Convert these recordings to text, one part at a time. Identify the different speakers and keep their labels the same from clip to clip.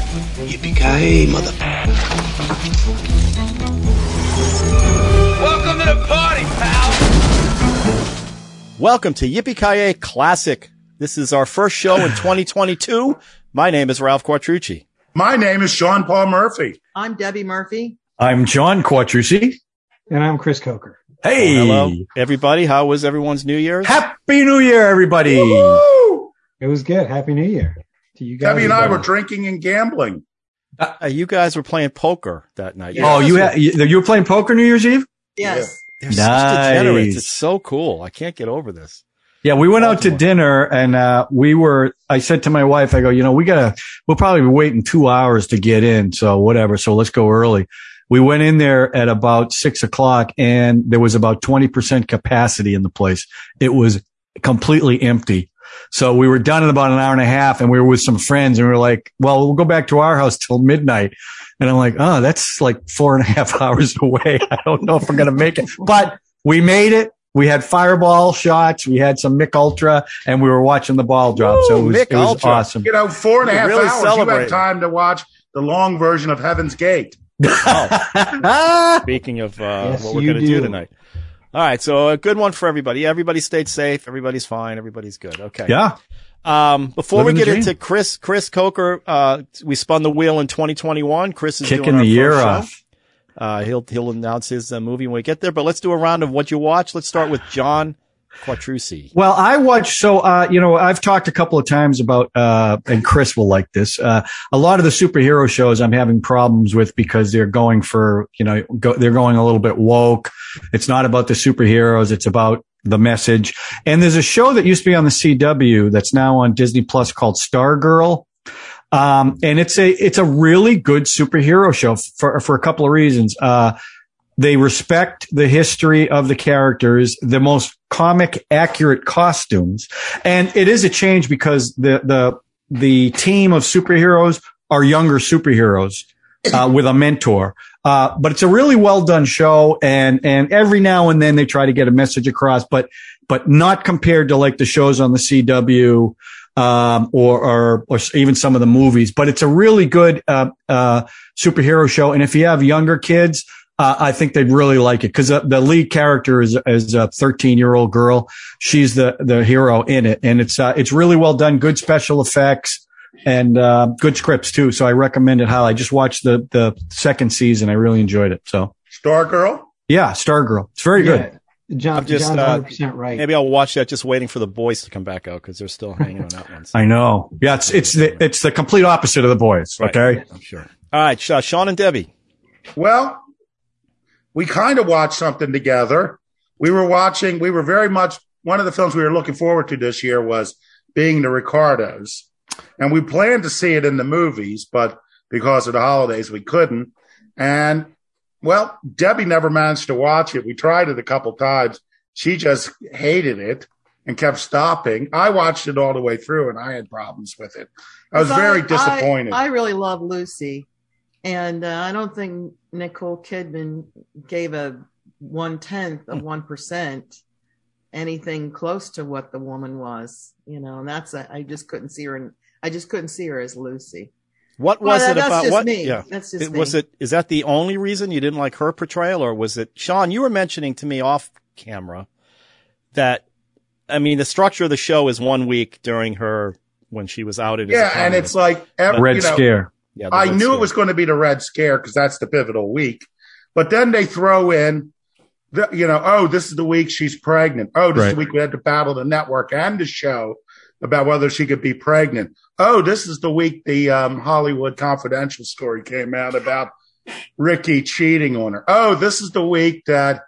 Speaker 1: Yippee-ki-yay, mother.
Speaker 2: Welcome to the party, pal.
Speaker 3: Welcome to Yippee Classic. This is our first show in 2022. My name is Ralph Quattrucci.
Speaker 4: My name is Sean Paul Murphy.
Speaker 5: I'm Debbie Murphy.
Speaker 6: I'm John Quattrucci.
Speaker 7: And I'm Chris Coker.
Speaker 6: Hey,
Speaker 3: Hello, everybody. How was everyone's New Year's?
Speaker 6: Oh, happy New Year, everybody!
Speaker 4: Woo!
Speaker 7: It was good. Happy New Year to you guys.
Speaker 4: Debbie and I were
Speaker 7: everybody.
Speaker 4: drinking and gambling.
Speaker 3: Uh, you guys were playing poker that night.
Speaker 5: Yeah.
Speaker 6: Oh, you ha- you you were playing poker New Year's Eve?
Speaker 5: Yes.
Speaker 3: They're such degenerates.
Speaker 6: Nice.
Speaker 3: It's so cool. I can't get over this.
Speaker 6: Yeah, we went out to
Speaker 3: Baltimore.
Speaker 6: dinner and uh, we were. I said to my wife, "I go, you know, we gotta. We'll probably be waiting two hours to get in, so whatever. So let's go early." We went in there at about six o'clock, and there was about twenty percent capacity in the place. It was completely empty. So we were done in about an hour and a half, and we were with some friends, and we were like, "Well, we'll go back to our house till midnight." And I'm like, "Oh, that's like four and a half hours away. I don't know if we're gonna make it, but we made it." We had fireball shots. We had some Mick Ultra, and we were watching the ball drop. so it was,
Speaker 3: Mick
Speaker 6: it was
Speaker 3: Ultra.
Speaker 6: awesome.
Speaker 4: You know, four and a
Speaker 3: You
Speaker 4: half
Speaker 3: really
Speaker 4: hours. You
Speaker 3: celebrated.
Speaker 4: had time to watch the long version of Heaven's Gate.
Speaker 6: Ah!
Speaker 3: Speaking of uh,
Speaker 7: Yes,
Speaker 3: what we're
Speaker 7: you
Speaker 3: going to do
Speaker 7: do.
Speaker 3: tonight. All right. So a good one for everybody. Everybody stayed safe. Everybody's fine. Everybody's good. Okay.
Speaker 6: yeah,
Speaker 3: Um, before
Speaker 6: Living
Speaker 3: we
Speaker 6: the
Speaker 3: get
Speaker 6: dream.
Speaker 3: into Chris, Chris Coker, uh, we spun the wheel in 2021. Chris is doing
Speaker 6: kicking
Speaker 3: our
Speaker 6: the year
Speaker 3: first show.
Speaker 6: off.
Speaker 3: Uh, he'll he'll announce his uh, movie when we get there. But let's do a round of what you watch. Let's start with John Quattrucci.
Speaker 6: Well, I watched. So, uh, you know, I've talked a couple of times about, uh, and Chris will like this. Uh, a lot of the superhero shows I'm having problems with because they're going for, you know, go, they're going a little bit woke. It's not about the superheroes. It's about the message. And there's a show that used to be on the CW that's now on Disney Plus called Stargirl. Um, and it's a, it's a really good superhero show for, for a couple of reasons. Uh, they respect the history of the characters, the most comic accurate costumes. And it is a change because the, the, the team of superheroes are younger superheroes, uh, with a mentor. Uh, but it's a really well done show. And, and every now and then they try to get a message across, but, but not compared to like the shows on the CW. Um, or, or, or even some of the movies, but it's a really good, uh, uh, superhero show. And if you have younger kids, uh, I think they'd really like it because uh, the lead character is is a 13 year old girl. She's the the hero in it, and it's uh, it's really well done. Good special effects and uh, good scripts too. So I recommend it. How I just watched the the second season. I really enjoyed it. So
Speaker 4: Stargirl?
Speaker 6: yeah, Stargirl. It's very good.
Speaker 7: Yeah. John,
Speaker 3: I'm just,
Speaker 7: John's
Speaker 3: uh,
Speaker 7: 100% right.
Speaker 3: Maybe I'll watch that just waiting for the boys to come back out because they're still hanging on that one.
Speaker 6: I know. Yeah, it's it's the it's the complete opposite of the boys.
Speaker 3: Right.
Speaker 6: Okay.
Speaker 3: I'm sure. All right, Sha Sean and Debbie.
Speaker 4: Well, we kind of watched something together. We were watching, we were very much, one of the films we were looking forward to this year was Being the Ricardos. And we planned to see it in the movies, but because of the holidays, we couldn't. And well, Debbie never managed to watch it. We tried it a couple times. She just hated it and kept stopping. I watched it all the way through and I had problems with it. I was
Speaker 5: Because
Speaker 4: very
Speaker 5: I-
Speaker 4: disappointed.
Speaker 5: I, really love Lucy, and uh, I don't think Nicole Kidman gave a one tenth
Speaker 3: Hmm.
Speaker 5: of one percent anything close to what the woman was. You know, and that's I I just couldn't see her, and I just couldn't see her as Lucy.
Speaker 3: What
Speaker 5: Well,
Speaker 3: was
Speaker 5: that-
Speaker 3: it
Speaker 5: that's
Speaker 3: about?
Speaker 5: just
Speaker 3: what?
Speaker 5: me.
Speaker 3: Yeah.
Speaker 5: That's just
Speaker 3: It,
Speaker 5: me.
Speaker 3: was it? Is that the only reason you didn't like her portrayal, or was it Sean? You were mentioning to me off camera that I mean the structure of the show is one week during her when she was outed. as a
Speaker 4: yeah, and
Speaker 3: communist.
Speaker 4: it's like every,
Speaker 6: Red
Speaker 4: you know,
Speaker 6: Scare.
Speaker 3: yeah, the
Speaker 4: I
Speaker 3: Red
Speaker 4: knew
Speaker 3: Scare.
Speaker 4: it was going to be the Red Scare because that's the pivotal week. But then they throw in, the, you know, oh, this is the week she's pregnant. Oh, this is
Speaker 6: Right.
Speaker 4: the week we had to battle the network and the show about whether she could be pregnant. Oh, this is the week the um, Hollywood Confidential story came out about Ricky cheating on her. Oh, this is the week that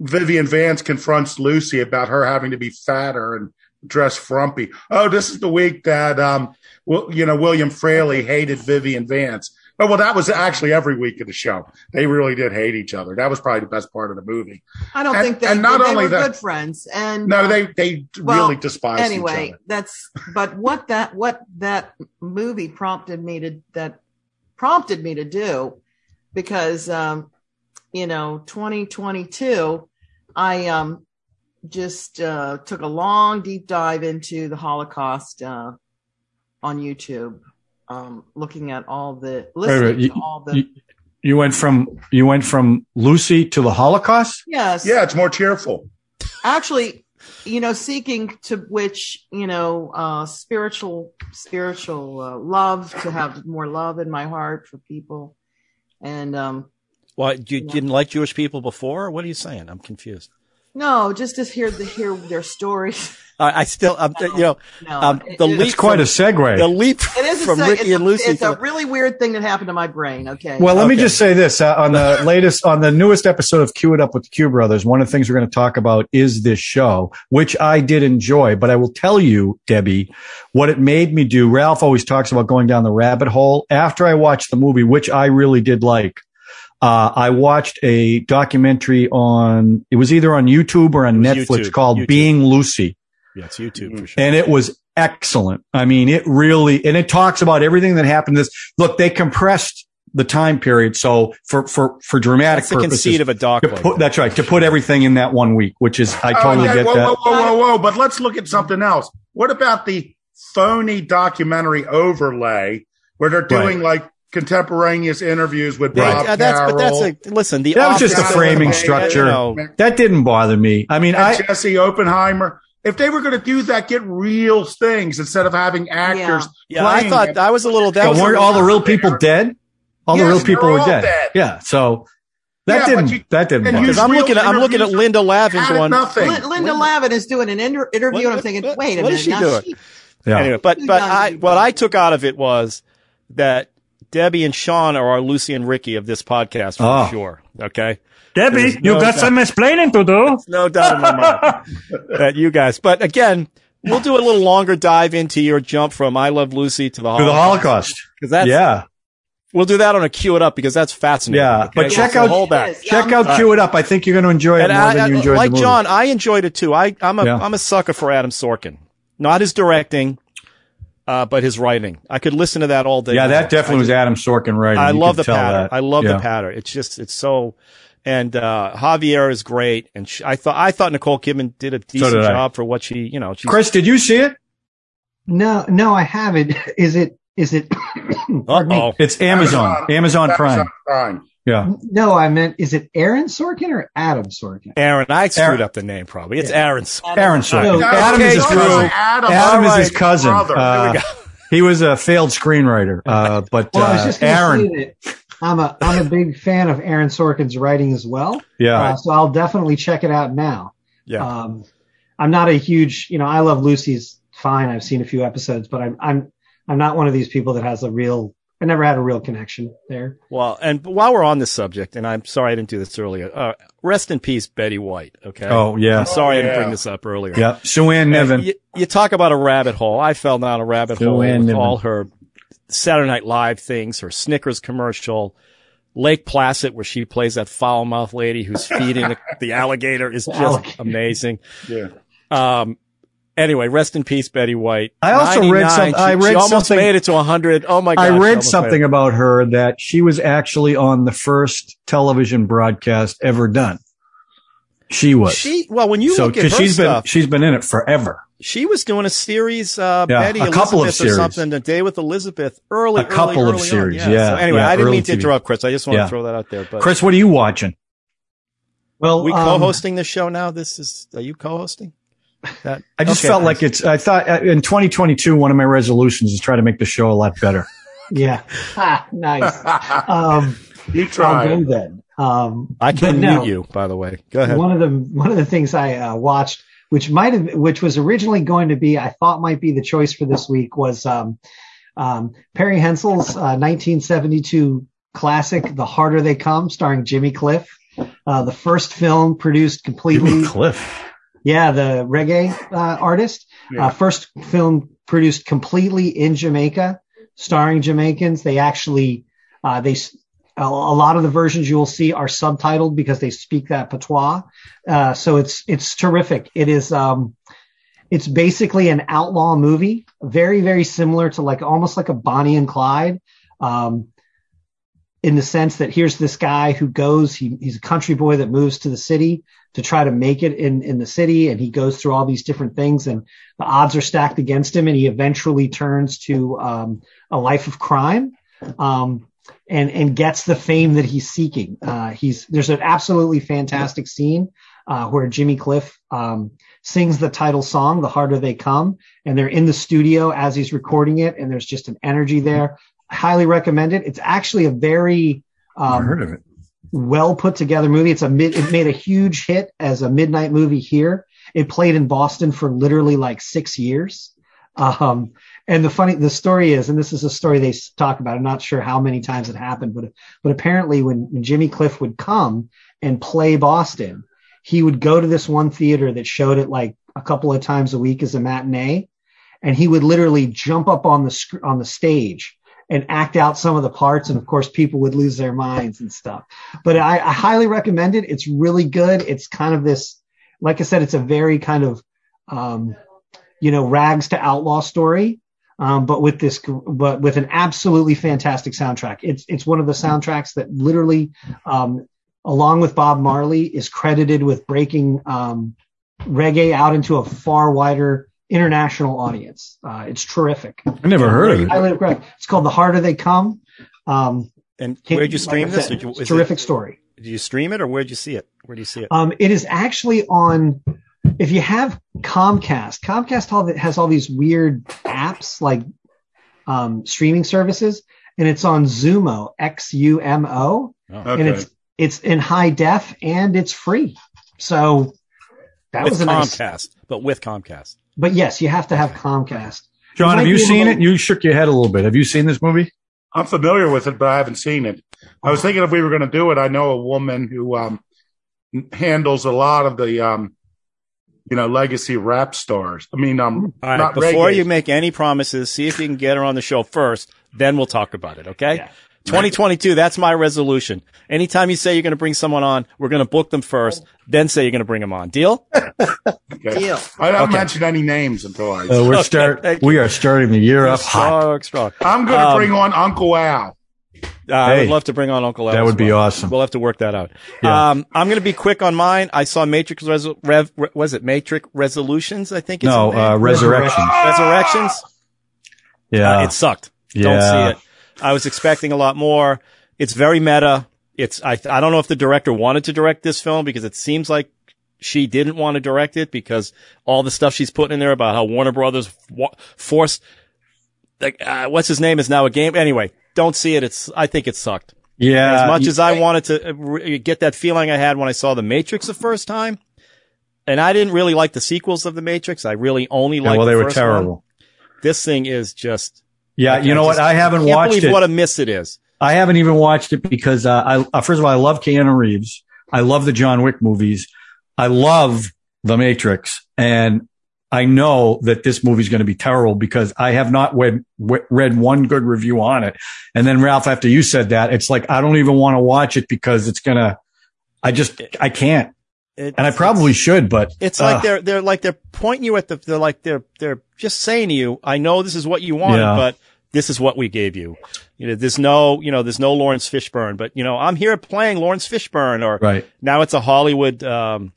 Speaker 4: Vivian Vance confronts Lucy about her having to be fatter and dressed frumpy. Oh, this is the week that um, well, you know, William Fraley hated Vivian Vance. Oh, well, that was actually every week of the show. They really did hate each other. That was probably the best part of the movie.
Speaker 5: I don't
Speaker 4: And-
Speaker 5: think they,
Speaker 4: and not
Speaker 5: they
Speaker 4: only
Speaker 5: were
Speaker 4: that-
Speaker 5: good friends. And uh,
Speaker 4: No, they they
Speaker 5: Well,
Speaker 4: really despised each
Speaker 5: anyway
Speaker 4: other.
Speaker 5: that's but what that what that movie prompted me to that prompted me to do because um you know 2022 i um just uh, took a long, deep dive into the Holocaust uh, on YouTube, um, looking at all the listening
Speaker 6: wait,
Speaker 5: to all the
Speaker 6: you, you went from you went from Lucy to the Holocaust.
Speaker 5: yes,
Speaker 4: Yeah, it's more cheerful.
Speaker 5: actually you know seeking to which you know uh spiritual spiritual uh, love to have more love in my heart for people and um
Speaker 3: Well, you
Speaker 5: Yeah.
Speaker 3: didn't like Jewish people before? What are you saying? I'm confused.
Speaker 5: no just to hear the hear their stories
Speaker 3: I, I still, I'm, you know,
Speaker 5: no
Speaker 3: Um,
Speaker 5: it-
Speaker 3: the
Speaker 5: it-
Speaker 3: least-
Speaker 6: It's quite a segue.
Speaker 3: the leap
Speaker 5: it is a
Speaker 3: from
Speaker 5: sec-
Speaker 3: Ricky
Speaker 5: it's
Speaker 3: and
Speaker 5: a-
Speaker 3: Lucy.
Speaker 5: it's
Speaker 3: to
Speaker 5: a
Speaker 3: the-
Speaker 5: really weird thing that happened to my brain okay
Speaker 6: Well, let me
Speaker 3: Okay.
Speaker 6: just say this uh, on the latest, on the newest episode of Cue It Up with the Q Brothers. One of the things we're going to talk about is this show, which I did enjoy. But I will tell you, Debbie, what it made me do. Ralph always talks about going down the rabbit hole. After I watched the movie, which I really did like, uh, I watched a documentary on. It was either on YouTube or on
Speaker 3: It was
Speaker 6: Netflix
Speaker 3: YouTube,
Speaker 6: called
Speaker 3: YouTube.
Speaker 6: Being Lucy
Speaker 3: yeah, it's
Speaker 5: Mm-hmm.
Speaker 3: YouTube for sure.
Speaker 6: and it was excellent. I mean, it really, and it talks about everything that happened. to This look, they compressed the time period. So for, for, for dramatic
Speaker 3: That's the
Speaker 6: purposes,
Speaker 3: conceit of a doc.
Speaker 6: to
Speaker 3: like
Speaker 6: put,
Speaker 3: that.
Speaker 6: that's right. To put everything in that one week, which is, I totally
Speaker 4: okay,
Speaker 6: get
Speaker 4: whoa,
Speaker 6: that.
Speaker 4: Whoa, whoa, whoa, whoa! But let's look at something else. What about the phony documentary overlay where they're doing like contemporaneous interviews with
Speaker 6: Right.
Speaker 4: Bob
Speaker 3: Yeah, that's but that's
Speaker 4: Carroll
Speaker 3: a listen. The
Speaker 6: That was just
Speaker 3: Office
Speaker 6: the
Speaker 3: is-
Speaker 6: framing
Speaker 3: you
Speaker 6: structure.
Speaker 3: know,
Speaker 6: That didn't bother me. I mean, I,
Speaker 4: and Jesse Oppenheimer? If they were going to do that, get real things instead of having actors.
Speaker 3: yeah, I
Speaker 4: playing
Speaker 3: thought
Speaker 4: it.
Speaker 3: I was a little. That
Speaker 6: but
Speaker 3: was a
Speaker 6: weren't
Speaker 3: little-
Speaker 6: all the real people dead? All the
Speaker 4: Yes,
Speaker 6: real people
Speaker 4: they're
Speaker 6: were
Speaker 4: all
Speaker 6: dead.
Speaker 4: dead.
Speaker 6: Yeah. So that
Speaker 4: Yeah, but
Speaker 6: didn't,
Speaker 4: you-
Speaker 6: that didn't
Speaker 4: and
Speaker 6: bother
Speaker 4: you-
Speaker 6: me.
Speaker 3: because I'm
Speaker 4: real
Speaker 3: looking at I'm looking at
Speaker 4: interviews
Speaker 3: Linda Lavin
Speaker 4: Added
Speaker 3: going.
Speaker 4: nothing.
Speaker 5: Lin- Linda Lavin is doing an inter- interview, and I'm
Speaker 3: What-
Speaker 5: thinking,
Speaker 3: what-
Speaker 5: wait a
Speaker 3: what
Speaker 5: minute,
Speaker 3: is she
Speaker 5: now
Speaker 3: doing?
Speaker 5: she-
Speaker 6: Yeah.
Speaker 3: Anyway, but
Speaker 5: You
Speaker 3: but
Speaker 5: gotta
Speaker 3: I
Speaker 5: be
Speaker 3: what
Speaker 5: right.
Speaker 3: I took out of it was that Debbie and Sean are our Lucy and Ricky of this podcast for
Speaker 6: Oh.
Speaker 3: sure. Okay,
Speaker 1: Debbie,
Speaker 3: There's
Speaker 1: you
Speaker 3: no
Speaker 1: got
Speaker 3: doubt.
Speaker 1: some explaining to do.
Speaker 3: no doubt in my mind that you guys. But again, we'll do a little longer dive into your jump from I Love Lucy to the
Speaker 6: To the
Speaker 3: Holocaust.
Speaker 6: Holocaust.
Speaker 3: 'Cause that's
Speaker 6: yeah.
Speaker 3: we'll do that on a cue it up because that's fascinating.
Speaker 6: Yeah, but
Speaker 3: Okay,
Speaker 6: check
Speaker 3: so
Speaker 6: out-
Speaker 3: hold back.
Speaker 5: Yes, yeah,
Speaker 6: Check
Speaker 5: I'm-
Speaker 6: out, cue it up. I think you're going to enjoy it
Speaker 3: And
Speaker 6: more
Speaker 3: I,
Speaker 6: than you
Speaker 3: I-
Speaker 6: enjoyed
Speaker 3: like
Speaker 6: the movie.
Speaker 3: John, I enjoyed it too. I, I'm a
Speaker 6: Yeah.
Speaker 3: am a sucker for Adam Sorkin, not his directing, uh, but his writing. I could listen to that all day.
Speaker 6: yeah,
Speaker 3: long.
Speaker 6: that definitely was Adam Sorkin writing.
Speaker 3: I
Speaker 6: You
Speaker 3: love
Speaker 6: could
Speaker 3: the
Speaker 6: tell
Speaker 3: patter.
Speaker 6: that.
Speaker 3: I love
Speaker 6: Yeah.
Speaker 3: the patter. It's just it's so. And uh, Javier is great, and she, I thought I thought Nicole Kidman did a decent
Speaker 6: did I.
Speaker 3: job for what she you know. She's,
Speaker 6: Chris, did you see it?
Speaker 7: No, no, I haven't. Is it? Is it? pardon me.
Speaker 3: oh,
Speaker 6: It's Amazon, Amazon, Prime.
Speaker 4: Amazon Prime.
Speaker 6: Yeah,
Speaker 7: No, I meant is it Aaron Sorkin or Adam Sorkin?
Speaker 3: Aaron, I screwed
Speaker 6: Aaron-
Speaker 3: up the name probably. It's Aaron.
Speaker 6: Aaron Sorkin. Oh,
Speaker 7: No,
Speaker 6: Adam is his
Speaker 4: Adam
Speaker 6: cousin.
Speaker 4: Adam,
Speaker 6: Adam is his
Speaker 4: Alright,
Speaker 6: cousin.
Speaker 4: brother.
Speaker 6: Uh, he was a failed screenwriter, uh, but
Speaker 7: Well, I was
Speaker 6: uh,
Speaker 7: just gonna
Speaker 6: Aaron.
Speaker 7: say that I'm a I'm a big fan of Aaron Sorkin's writing as well.
Speaker 6: Yeah,
Speaker 7: Uh, so I'll definitely check it out now.
Speaker 3: Yeah.
Speaker 7: Um, I'm not a huge, you know, I love Lucy's fine. I've seen a few episodes, but I'm I'm I'm not one of these people that has a real. I never had a real connection there.
Speaker 3: Well, and while we're on this subject, and I'm sorry I didn't do this earlier. Uh, rest in peace, Betty White. Okay.
Speaker 6: oh
Speaker 3: I'm
Speaker 6: yeah,
Speaker 3: sorry I didn't
Speaker 4: Yeah.
Speaker 3: bring this up earlier.
Speaker 6: yeah. Sue Ann
Speaker 3: Hey,
Speaker 6: Niven.
Speaker 3: You, you talk about a rabbit hole. I fell down a rabbit
Speaker 6: Go
Speaker 3: hole
Speaker 6: in,
Speaker 3: with
Speaker 6: Niven.
Speaker 3: all her Saturday Night Live things, her Snickers commercial, Lake Placid, where she plays that foul mouth lady who's feeding the, the alligator is just
Speaker 7: alligator.
Speaker 3: amazing.
Speaker 4: Yeah.
Speaker 3: Um, anyway, rest in peace, Betty White.
Speaker 6: I also read
Speaker 3: 99.
Speaker 6: some- I
Speaker 3: She-
Speaker 6: read
Speaker 3: she almost
Speaker 6: something-
Speaker 3: made it to 100. Oh my gosh.
Speaker 6: I
Speaker 3: she
Speaker 6: read
Speaker 3: almost made
Speaker 6: something
Speaker 3: it.
Speaker 6: about her that she was actually on the first television broadcast ever done. She was.
Speaker 3: She, well, when you
Speaker 6: so
Speaker 3: look at her
Speaker 6: because she's
Speaker 3: stuff,
Speaker 6: been she's been in it forever.
Speaker 3: she was doing a series, uh,
Speaker 6: Yeah,
Speaker 3: Betty
Speaker 6: a couple of
Speaker 3: Elizabeth
Speaker 6: series.
Speaker 3: or something, The Day with Elizabeth, early,
Speaker 6: A couple
Speaker 3: early,
Speaker 6: of
Speaker 3: early on,
Speaker 6: series,
Speaker 3: So
Speaker 6: yeah,
Speaker 3: anyway,
Speaker 6: yeah,
Speaker 3: I didn't
Speaker 6: early
Speaker 3: mean to
Speaker 6: TV.
Speaker 3: interrupt, Chris. I just want
Speaker 6: Yeah.
Speaker 3: to throw that out there. But
Speaker 6: Chris, what are you watching?
Speaker 7: Well,
Speaker 3: we
Speaker 7: um,
Speaker 3: co-hosting this show now. This is, are you co-hosting? That,
Speaker 6: I just
Speaker 3: okay,
Speaker 6: felt
Speaker 3: Chris.
Speaker 6: like it's. I thought uh, in 2022, one of my resolutions is try to make the show a lot better.
Speaker 7: Yeah. Ha, nice.
Speaker 6: Uh,
Speaker 7: Um,
Speaker 4: you
Speaker 7: I'll
Speaker 4: try.
Speaker 7: go then. Um,
Speaker 3: I can
Speaker 7: but no,
Speaker 3: mute you, by the way. Go ahead.
Speaker 7: One of the one of the things I uh, watched, which might have, which was originally going to be, I thought might be the choice for this week, was um, um, Perry Hensel's uh, 1972 classic, "The Harder They Come," starring Jimmy Cliff. Uh, the first film produced completely
Speaker 6: Cliff.
Speaker 7: yeah, the reggae uh, artist. Uh,
Speaker 4: Yeah.
Speaker 7: first film produced completely in Jamaica, starring Jamaicans. They actually, uh, they s- a a lot of the versions you will see are subtitled because they speak that patois. Uh, so it's it's terrific. It is um, it's basically an outlaw movie, very very similar to like almost like a Bonnie and Clyde. Um, in the sense that here's this guy who goes, he, he's a country boy that moves to the city to try to make it in, in the city. And he goes through all these different things and the odds are stacked against him. And he eventually turns to um, a life of crime. Um, and and gets the fame that he's seeking. Uh, he's there's an absolutely fantastic scene uh, where Jimmy Cliff um, sings the title song, "The Harder They Come," and they're in the studio as he's recording it, and there's just an energy there. Highly recommend it. It's actually a very
Speaker 6: I
Speaker 7: um,
Speaker 6: heard of it.
Speaker 7: well put together movie. It's a mid, it made a huge hit as a midnight movie here. It played in Boston for literally like six years. Um, and the funny, the story is, and this is a story they s- talk about. I'm not sure how many times it happened, but, but apparently when, when Jimmy Cliff would come and play Boston, he would go to this one theater that showed it like a couple of times a week as a matinee. And he would literally jump up on the sc- on the stage and act out some of the parts. And of course, people would lose their minds and stuff but I, I highly recommend it. It's really good. It's kind of this, like I said, it's a very kind of, um, you know, rags to outlaw story, um, but with this, gr- but with an absolutely fantastic soundtrack. It's it's one of the soundtracks that literally, um, along with Bob Marley, is credited with breaking um, reggae out into a far wider international audience. Uh, it's terrific.
Speaker 6: I never heard of it.
Speaker 7: Highly recommend. It's called "The Harder They Come." Um,
Speaker 3: And
Speaker 7: can't-
Speaker 3: where'd you
Speaker 7: like
Speaker 3: stream
Speaker 7: I
Speaker 3: this?
Speaker 7: said,
Speaker 3: Did you,
Speaker 7: it's a
Speaker 3: is
Speaker 7: terrific
Speaker 3: It,
Speaker 7: story.
Speaker 3: did you stream it or where'd you see it? Where do you see it?
Speaker 7: Um, it is actually on. If you have Comcast, Comcast all that has all these weird apps like um, streaming services, and it's on Zumo, X U M O,
Speaker 4: Okay.
Speaker 7: and it's it's in high def and it's free. So that
Speaker 3: with
Speaker 7: was a
Speaker 3: Comcast,
Speaker 7: nice.
Speaker 3: but with Comcast.
Speaker 7: But yes, you have to have Comcast.
Speaker 6: John,
Speaker 7: might
Speaker 6: have you
Speaker 7: be able
Speaker 6: seen
Speaker 7: to-
Speaker 6: it? You shook your head a little bit. Have you seen this movie?
Speaker 4: I'm familiar with it, but I haven't seen it. I was thinking if we were going to do it, I know a woman who um, handles a lot of the, um, you know, legacy rap stars. I mean, um,
Speaker 3: All right.
Speaker 4: not
Speaker 3: before
Speaker 4: reggae.
Speaker 3: you make any promises, see if you can get her on the show first. Then we'll talk about it. Okay. 2022. That's my resolution. Anytime you say you're going to bring someone on, we're going to book them first, then say you're going to bring them on. Deal?
Speaker 4: Okay.
Speaker 5: Deal.
Speaker 4: I don't
Speaker 3: Okay.
Speaker 4: mention any names until I.
Speaker 6: Uh, we're
Speaker 3: Okay,
Speaker 6: start.
Speaker 3: thank
Speaker 6: We are starting the year up hot.
Speaker 3: Strong, strong.
Speaker 4: I'm going to
Speaker 3: Um,
Speaker 4: bring on Uncle Al.
Speaker 3: Uh, I would
Speaker 6: Hey,
Speaker 3: love to bring on Uncle Al.
Speaker 6: That
Speaker 3: as
Speaker 6: would be
Speaker 3: well.
Speaker 6: awesome.
Speaker 3: We'll have to work that out.
Speaker 6: Yeah.
Speaker 3: Um, I'm going to be quick on mine. I saw Matrix Resu- Rev, Re- was it Matrix Resolutions? I think it's
Speaker 6: No,
Speaker 3: the name?
Speaker 6: uh, resurrection.
Speaker 3: Resurrections.
Speaker 6: Yeah,
Speaker 3: Uh, it sucked.
Speaker 6: Yeah.
Speaker 3: Don't see it. I was expecting a lot more. It's very meta. It's I I don't know if the director wanted to direct this film because it seems like she didn't want to direct it because all the stuff she's putting in there about how Warner Brothers wa- forced like uh, what's his name is now a game anyway. Don't see it. It's I think it sucked.
Speaker 6: yeah.
Speaker 3: as much
Speaker 6: you-
Speaker 3: as I wanted to uh, re- get that feeling I had when I saw The Matrix the first time, and I didn't really like the sequels of The Matrix. I really only
Speaker 6: yeah,
Speaker 3: liked
Speaker 6: well, they
Speaker 3: the
Speaker 6: were
Speaker 3: first one.
Speaker 6: terrible.
Speaker 3: This thing is just
Speaker 6: Yeah, you know what? I haven't
Speaker 3: can't
Speaker 6: watched
Speaker 3: believe
Speaker 6: it.
Speaker 3: what a miss it is.
Speaker 6: I haven't even watched it because uh, I uh, first of all I love Keanu Reeves. I love the John Wick movies. I love The Matrix, and I know that this movie's going to be terrible because I have not read w- read one good review on it. And then Ralph, after you said that, it's like I don't even want to watch it because it's gonna. I just I can't,
Speaker 3: It-
Speaker 6: and I probably should, but
Speaker 3: It's like
Speaker 6: Ugh.
Speaker 3: they're they're like they're pointing you at the they're like they're they're just saying to you, I know this is what you wanted,
Speaker 6: Yeah.
Speaker 3: but this is what we gave you. You know, there's no you know there's no Lawrence Fishburne, but you know I'm here playing Lawrence Fishburne, or
Speaker 6: right.
Speaker 3: now it's a Hollywood um,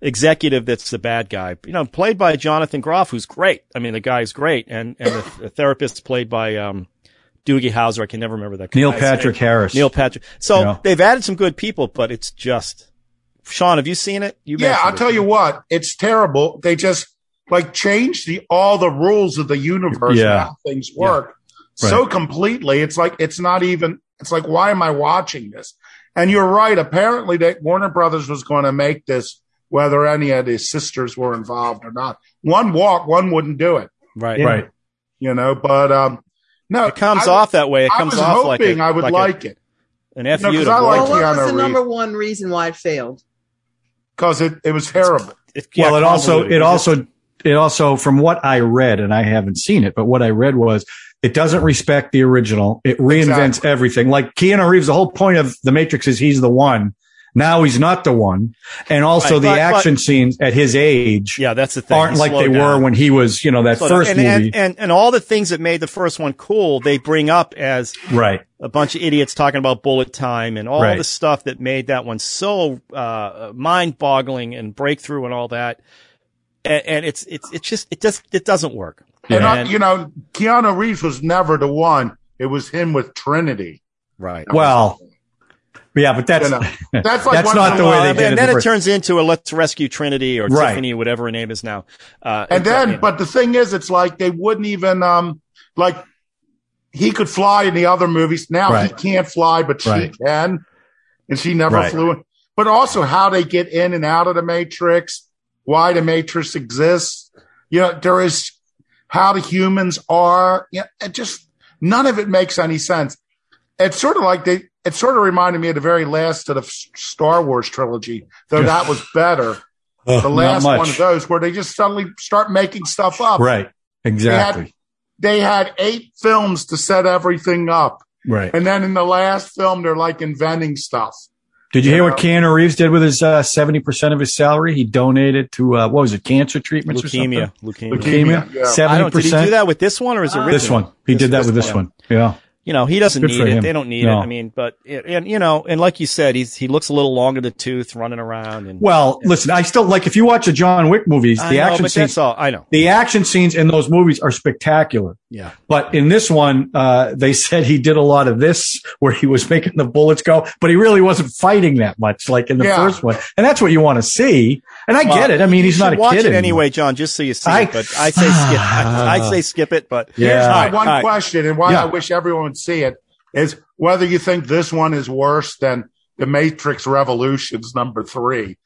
Speaker 3: executive that's the bad guy. You know, played by Jonathan Groff, who's great. I mean, the guy's great, and and the, the therapist's played by um, Doogie Howser. I can never remember that
Speaker 6: Neil
Speaker 3: guy's
Speaker 6: Patrick Harris.
Speaker 3: Neil Patrick. So
Speaker 6: Yeah.
Speaker 3: they've added some good people, but it's just Sean. Have you seen it? You
Speaker 4: Yeah,
Speaker 3: mentioned
Speaker 4: I'll
Speaker 3: it.
Speaker 4: tell you what, it's terrible. They just like changed the all the rules of the universe
Speaker 6: Yeah.
Speaker 4: and how things work so completely. It's like it's not even. It's like why am I watching this? And you're right. Apparently, that Warner Brothers was going to make this, whether any of his sisters were involved or not. One walk, one wouldn't do it.
Speaker 3: right.
Speaker 7: Yeah.
Speaker 6: Right.
Speaker 4: You know, but um, no,
Speaker 3: It comes
Speaker 4: I-
Speaker 3: off that way. It
Speaker 4: I
Speaker 3: comes
Speaker 4: was
Speaker 3: off like
Speaker 4: hoping
Speaker 3: a,
Speaker 4: I would
Speaker 3: like,
Speaker 4: like,
Speaker 3: a-
Speaker 4: it
Speaker 3: an F
Speaker 4: No,
Speaker 3: you
Speaker 4: 'cause
Speaker 3: to
Speaker 4: I like
Speaker 3: work.
Speaker 5: Well, what
Speaker 4: Keanu
Speaker 5: was the
Speaker 4: Reeves.
Speaker 5: number one reason why it failed?
Speaker 4: because it, it was terrible.
Speaker 3: It- yeah,
Speaker 6: well it also
Speaker 3: convoluted.
Speaker 6: it
Speaker 3: just-
Speaker 6: also it also from what i read and i haven't seen it but what i read was it doesn't respect the original it reinvents
Speaker 4: Exactly.
Speaker 6: everything like keanu reeves the whole point of the matrix is he's the one Now he's not the one. And also
Speaker 3: Right,
Speaker 6: the
Speaker 3: but-
Speaker 6: action scenes at his age
Speaker 3: Yeah, that's the thing.
Speaker 6: aren't like
Speaker 3: Slow
Speaker 6: they
Speaker 3: down.
Speaker 6: were when he was, you know, that
Speaker 3: Slow down.
Speaker 6: first
Speaker 3: and,
Speaker 6: movie.
Speaker 3: and, and and all the things that made the first one cool, they bring up as
Speaker 6: right.
Speaker 3: a bunch of idiots talking about bullet time and all
Speaker 6: Right.
Speaker 3: the stuff that made that one so uh, mind-boggling and breakthrough and all that. And, and it's it's it's just it just it doesn't work.
Speaker 4: And, I-
Speaker 3: And-
Speaker 4: you know, Keanu Reeves was never the one. It was him with Trinity.
Speaker 3: Right.
Speaker 6: Well, yeah, but that's,
Speaker 4: You know, that's like
Speaker 6: that's
Speaker 4: one
Speaker 6: not
Speaker 4: time
Speaker 6: the
Speaker 4: I-
Speaker 6: way
Speaker 3: and
Speaker 6: they did it.
Speaker 3: then
Speaker 6: the
Speaker 3: it
Speaker 6: first-
Speaker 3: turns into a let's rescue Trinity or
Speaker 6: Right.
Speaker 3: Tiffany, whatever her name is now. Uh,
Speaker 4: And
Speaker 3: it's, uh,
Speaker 4: then,
Speaker 3: yeah.
Speaker 4: but the thing is, it's like they wouldn't even um like he could fly in the other movies. Now he
Speaker 6: Right.
Speaker 4: can't fly, but she
Speaker 6: Right.
Speaker 4: can, and she never
Speaker 6: Right.
Speaker 4: flew. But also, how they get in and out of the Matrix, why the Matrix exists. You know, there is how the humans are. Yeah, it just none of it makes any sense. It's sort of like they. It sort of reminded me of the very last of the S- Star Wars trilogy, though that was better
Speaker 6: Ugh,
Speaker 4: the
Speaker 6: not
Speaker 4: last one of
Speaker 6: much.
Speaker 4: those where they just suddenly start making stuff up.
Speaker 6: Right. Exactly.
Speaker 4: They had eight films to set everything up.
Speaker 6: Right.
Speaker 4: And then in the last film, they're like inventing stuff.
Speaker 6: Did you
Speaker 4: you
Speaker 6: hear
Speaker 4: know.
Speaker 6: what Keanu Reeves did with his uh, 70% of his salary? He donated to, uh, what was it, cancer treatments
Speaker 3: leukemia,
Speaker 6: or
Speaker 3: leukemia.
Speaker 6: something? Leukemia. Uh,
Speaker 4: Leukemia, yeah.
Speaker 3: I don't, did he
Speaker 6: 70%.
Speaker 3: do that with this one or is it original?
Speaker 6: This one. He did that with this one. Yeah.
Speaker 3: You know, he doesn't
Speaker 6: Good
Speaker 3: need
Speaker 6: for
Speaker 3: it.
Speaker 6: him.
Speaker 3: They don't need it.
Speaker 6: No.
Speaker 3: I mean, but it, and you know, and like you said, he's he looks a little long in the tooth, running around and
Speaker 6: Well, listen, I still like if you watch the John Wick movies,
Speaker 3: I
Speaker 6: the
Speaker 3: know,
Speaker 6: action
Speaker 3: but
Speaker 6: scenes,
Speaker 3: That's all I know.
Speaker 6: the action scenes in those movies are spectacular.
Speaker 3: Yeah.
Speaker 6: But in this one, uh, they said he did a lot of this where he was making the bullets go, but he really wasn't fighting that much like in the
Speaker 4: Yeah.
Speaker 6: first one. And that's what you want to see. And I get it. I mean,
Speaker 3: You
Speaker 6: he's not
Speaker 3: should
Speaker 6: a
Speaker 3: watch
Speaker 6: kid
Speaker 3: it
Speaker 6: anymore.
Speaker 3: anyway, John, just so you see
Speaker 6: I-
Speaker 3: it. But I say skip. I, I say skip it, but
Speaker 4: Here's my
Speaker 6: Yeah. All right,
Speaker 4: one
Speaker 3: all right.
Speaker 4: question and why
Speaker 6: Yeah.
Speaker 4: I wish everyone would see it is whether you think this one is worse than The Matrix Revolutions number three.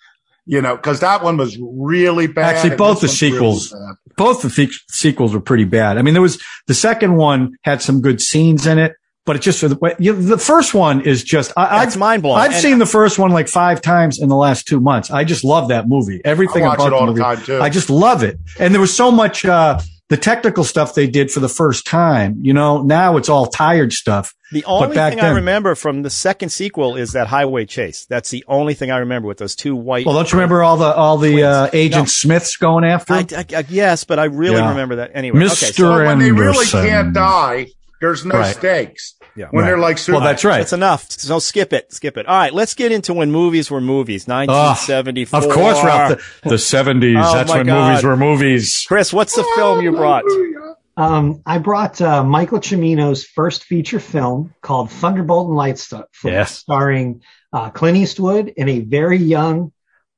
Speaker 4: You know, because that one was really bad.
Speaker 6: Actually,
Speaker 4: and
Speaker 6: both
Speaker 4: this
Speaker 6: the
Speaker 4: one's really
Speaker 6: sequels.
Speaker 4: bad.
Speaker 6: both the fe- sequels were pretty bad. I mean, there was the second one had some good scenes in it, but it just you know, the first one is just I,
Speaker 3: that's
Speaker 6: I've
Speaker 3: mind blowing.
Speaker 6: I've seen the first one like five times in the last two months. I just love that movie. Everything
Speaker 4: I watch
Speaker 6: about
Speaker 4: it all
Speaker 6: the
Speaker 4: the
Speaker 6: movie,
Speaker 4: time, too.
Speaker 6: I just love it. And there was so much uh, the technical stuff they did for the first time. You know, now it's all tired stuff.
Speaker 3: The only
Speaker 6: back
Speaker 3: thing I
Speaker 6: then-
Speaker 3: remember from the second sequel is that highway chase. That's the only thing I remember with those two white.
Speaker 6: Well, don't you remember all the all the uh, Agent Smiths going after
Speaker 3: I,
Speaker 6: him?
Speaker 3: I- I- yes, but I really
Speaker 6: Yeah.
Speaker 3: remember that anyway. Okay,
Speaker 6: Mr.
Speaker 3: so
Speaker 4: But when they really
Speaker 6: Anderson.
Speaker 4: can't die, there's no
Speaker 6: Right.
Speaker 4: stakes.
Speaker 3: Yeah.
Speaker 4: When they're
Speaker 6: Right.
Speaker 4: like
Speaker 6: Well, that's right.
Speaker 3: that's enough. So skip it, skip it. All right, let's get into when movies were movies.
Speaker 6: Ah,
Speaker 3: Nineteen seventy four.
Speaker 6: of course, Ralph. The seventies.
Speaker 3: Oh,
Speaker 6: that's
Speaker 3: my
Speaker 6: when
Speaker 3: God.
Speaker 6: movies were movies.
Speaker 3: Chris, what's the film you brought?
Speaker 7: Um, I brought uh, Michael Cimino's first feature film called Thunderbolt and Lightfoot,
Speaker 6: Yes.
Speaker 7: starring uh, Clint Eastwood and a very young,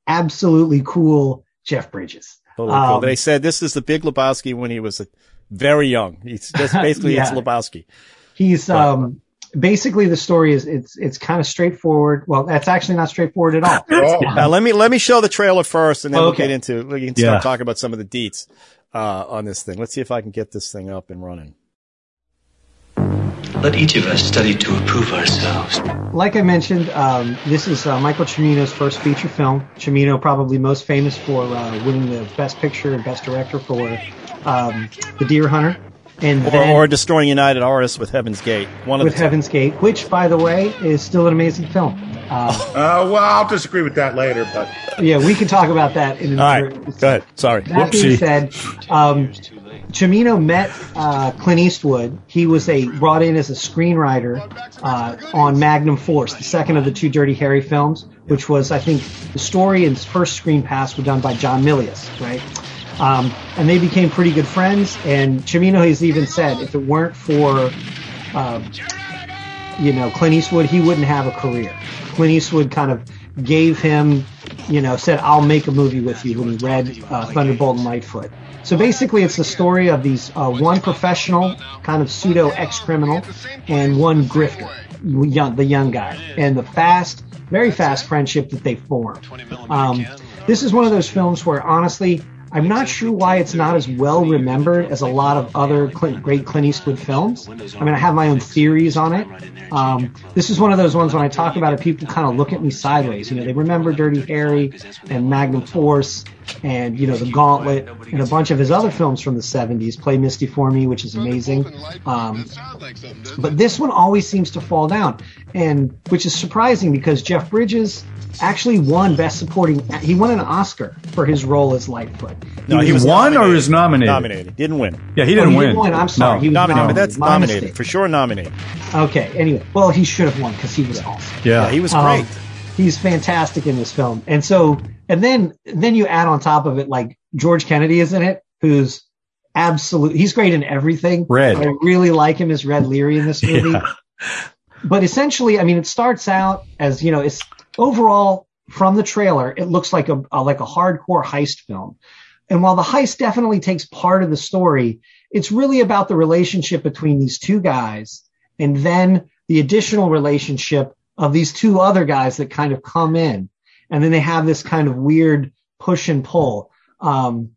Speaker 7: absolutely cool Jeff Bridges.
Speaker 3: Totally cool.
Speaker 7: Um,
Speaker 3: They said this is the Big Lebowski when he was a, very young. It's just basically it's
Speaker 7: Yeah.
Speaker 3: Lebowski.
Speaker 7: He's um, basically the story is it's it's kind of straightforward. Well, that's actually not straightforward at all.
Speaker 3: Now Uh, let me let me show the trailer first, and then we'll
Speaker 7: Okay.
Speaker 3: get into we can
Speaker 6: Yeah.
Speaker 3: start talking about some of the deets uh, on this thing. Let's see if I can get this thing up and running.
Speaker 1: Let each of us study to improve ourselves.
Speaker 7: like I mentioned, um, this is uh, Michael Cimino's first feature film. Cimino probably most famous for uh, winning the Best Picture and Best Director for um, The Deer Hunter, and
Speaker 3: Or,
Speaker 7: then
Speaker 3: or destroying United Artists with Heaven's Gate. One of
Speaker 7: with
Speaker 3: the two.
Speaker 7: Heaven's Gate, which, by the way, is still an amazing film. Uh,
Speaker 4: Uh, well, I'll disagree with that later, but
Speaker 7: yeah, we can talk about that in
Speaker 3: All
Speaker 7: another.
Speaker 3: right, go ahead. Sorry.
Speaker 7: That being said, um, Cimino met uh, Clint Eastwood. He was a brought in as a screenwriter uh, on Magnum Force, the second of the two Dirty Harry films, which was, I think, the story and first screen pass were done by John Milius, right? Um, and they became pretty good friends. And Cimino has even said, if it weren't for um, you know Clint Eastwood, he wouldn't have a career. Clint Eastwood kind of gave him, you know, said, "I'll make a movie with you." When he read uh, Thunderbolt and Lightfoot, so basically, it's the story of these uh, one professional, kind of pseudo ex-criminal, and one grifter, young the young guy, and the fast, very fast friendship that they form. Um, this is one of those films where honestly. I'm not sure why it's not as well remembered as a lot of other Clint, great Clint Eastwood films. I mean, I have my own theories on it. Um, this is one of those ones when I talk about it, people kind of look at me sideways. You know, they remember Dirty Harry and Magnum Force and, you know, The Gauntlet and a bunch of his other films from the 70s, Play Misty for Me, which is amazing. Um, but this one always seems to fall down, and which is surprising because Jeff Bridges actually won Best Supporting. He won an Oscar for his role as Lightfoot.
Speaker 3: No,
Speaker 6: He,
Speaker 3: he was
Speaker 6: won or
Speaker 3: nominated.
Speaker 6: is nominated?
Speaker 3: Nominated. Didn't win.
Speaker 6: Yeah, he didn't,
Speaker 7: Oh, he
Speaker 6: win.
Speaker 7: didn't win. I'm sorry.
Speaker 6: No.
Speaker 7: He was
Speaker 3: Nominated, but that's
Speaker 7: My
Speaker 3: nominated.
Speaker 7: mistake.
Speaker 3: For sure nominated.
Speaker 7: Okay. Anyway, well, he should have won because he was awesome.
Speaker 6: yeah.
Speaker 3: Yeah, he was
Speaker 7: Um,
Speaker 3: great.
Speaker 7: he's fantastic in this film. And so, and then, then you add on top of it, like George Kennedy is in it, who's absolute. He's great in everything.
Speaker 6: Red.
Speaker 7: I really like him as Red Leary in this movie.
Speaker 6: Yeah.
Speaker 7: But essentially, I mean, it starts out as you know, it's overall from the trailer, it looks like a, a like a hardcore heist film. And while the heist definitely takes part of the story, it's really about the relationship between these two guys and then the additional relationship of these two other guys that kind of come in. And then they have this kind of weird push and pull. Um,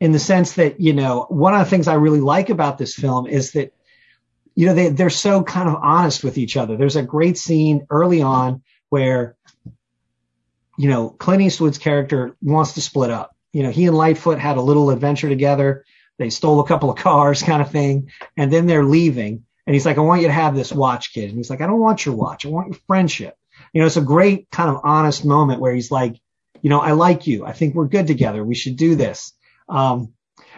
Speaker 7: in the sense that, you know, one of the things I really like about this film is that, you know, they, they're so kind of honest with each other. There's a great scene early on where you know, Clint Eastwood's character wants to split up. You know, he and Lightfoot had a little adventure together. They stole a couple of cars, kind of thing. And then they're leaving. And he's like, I want you to have this watch, kid. And he's like, I don't want your watch. I want your friendship. You know, it's a great kind of honest moment where he's like, you know, I like you. I think we're good together. We should do this. Um,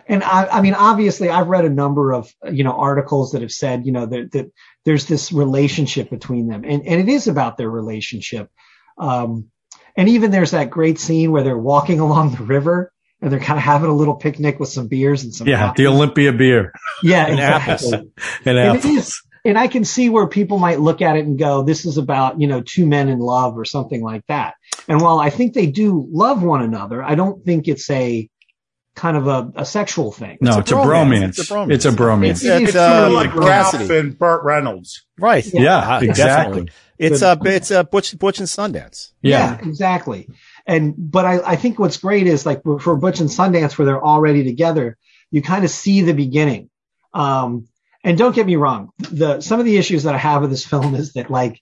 Speaker 7: and I, I mean, obviously, I've read a number of, you know, articles that have said, you know, that, that there's this relationship between them. And, and it is about their relationship. Um, and even there's that great scene where they're walking along the river and they're kind of having a little picnic with some beers and some
Speaker 6: Yeah, the
Speaker 7: cocktails.
Speaker 6: Olympia beer
Speaker 7: yeah,
Speaker 3: and apples.
Speaker 7: exactly.
Speaker 6: and
Speaker 7: And it
Speaker 6: apple.
Speaker 7: is. And I can see where people might look at it and go, this is about, you know, two men in love or something like that. And while I think they do love one another, I don't think it's a kind of a, a sexual thing.
Speaker 6: No, it's a bromance. It's a bromance. It's,
Speaker 7: It is
Speaker 3: It's, uh,
Speaker 7: sort of
Speaker 4: like
Speaker 3: Cassidy.
Speaker 4: Ralph and Burt Reynolds.
Speaker 3: Right.
Speaker 6: Yeah,
Speaker 3: Uh,
Speaker 6: exactly.
Speaker 3: definitely. It's uh, it's uh, Butch, Butch and Sundance.
Speaker 6: Yeah.
Speaker 7: exactly. And but I, I think what's great is like for Butch and Sundance, where they're already together, you kind of see the beginning. Um, and don't get me wrong, the some of the issues that I have with this film is that like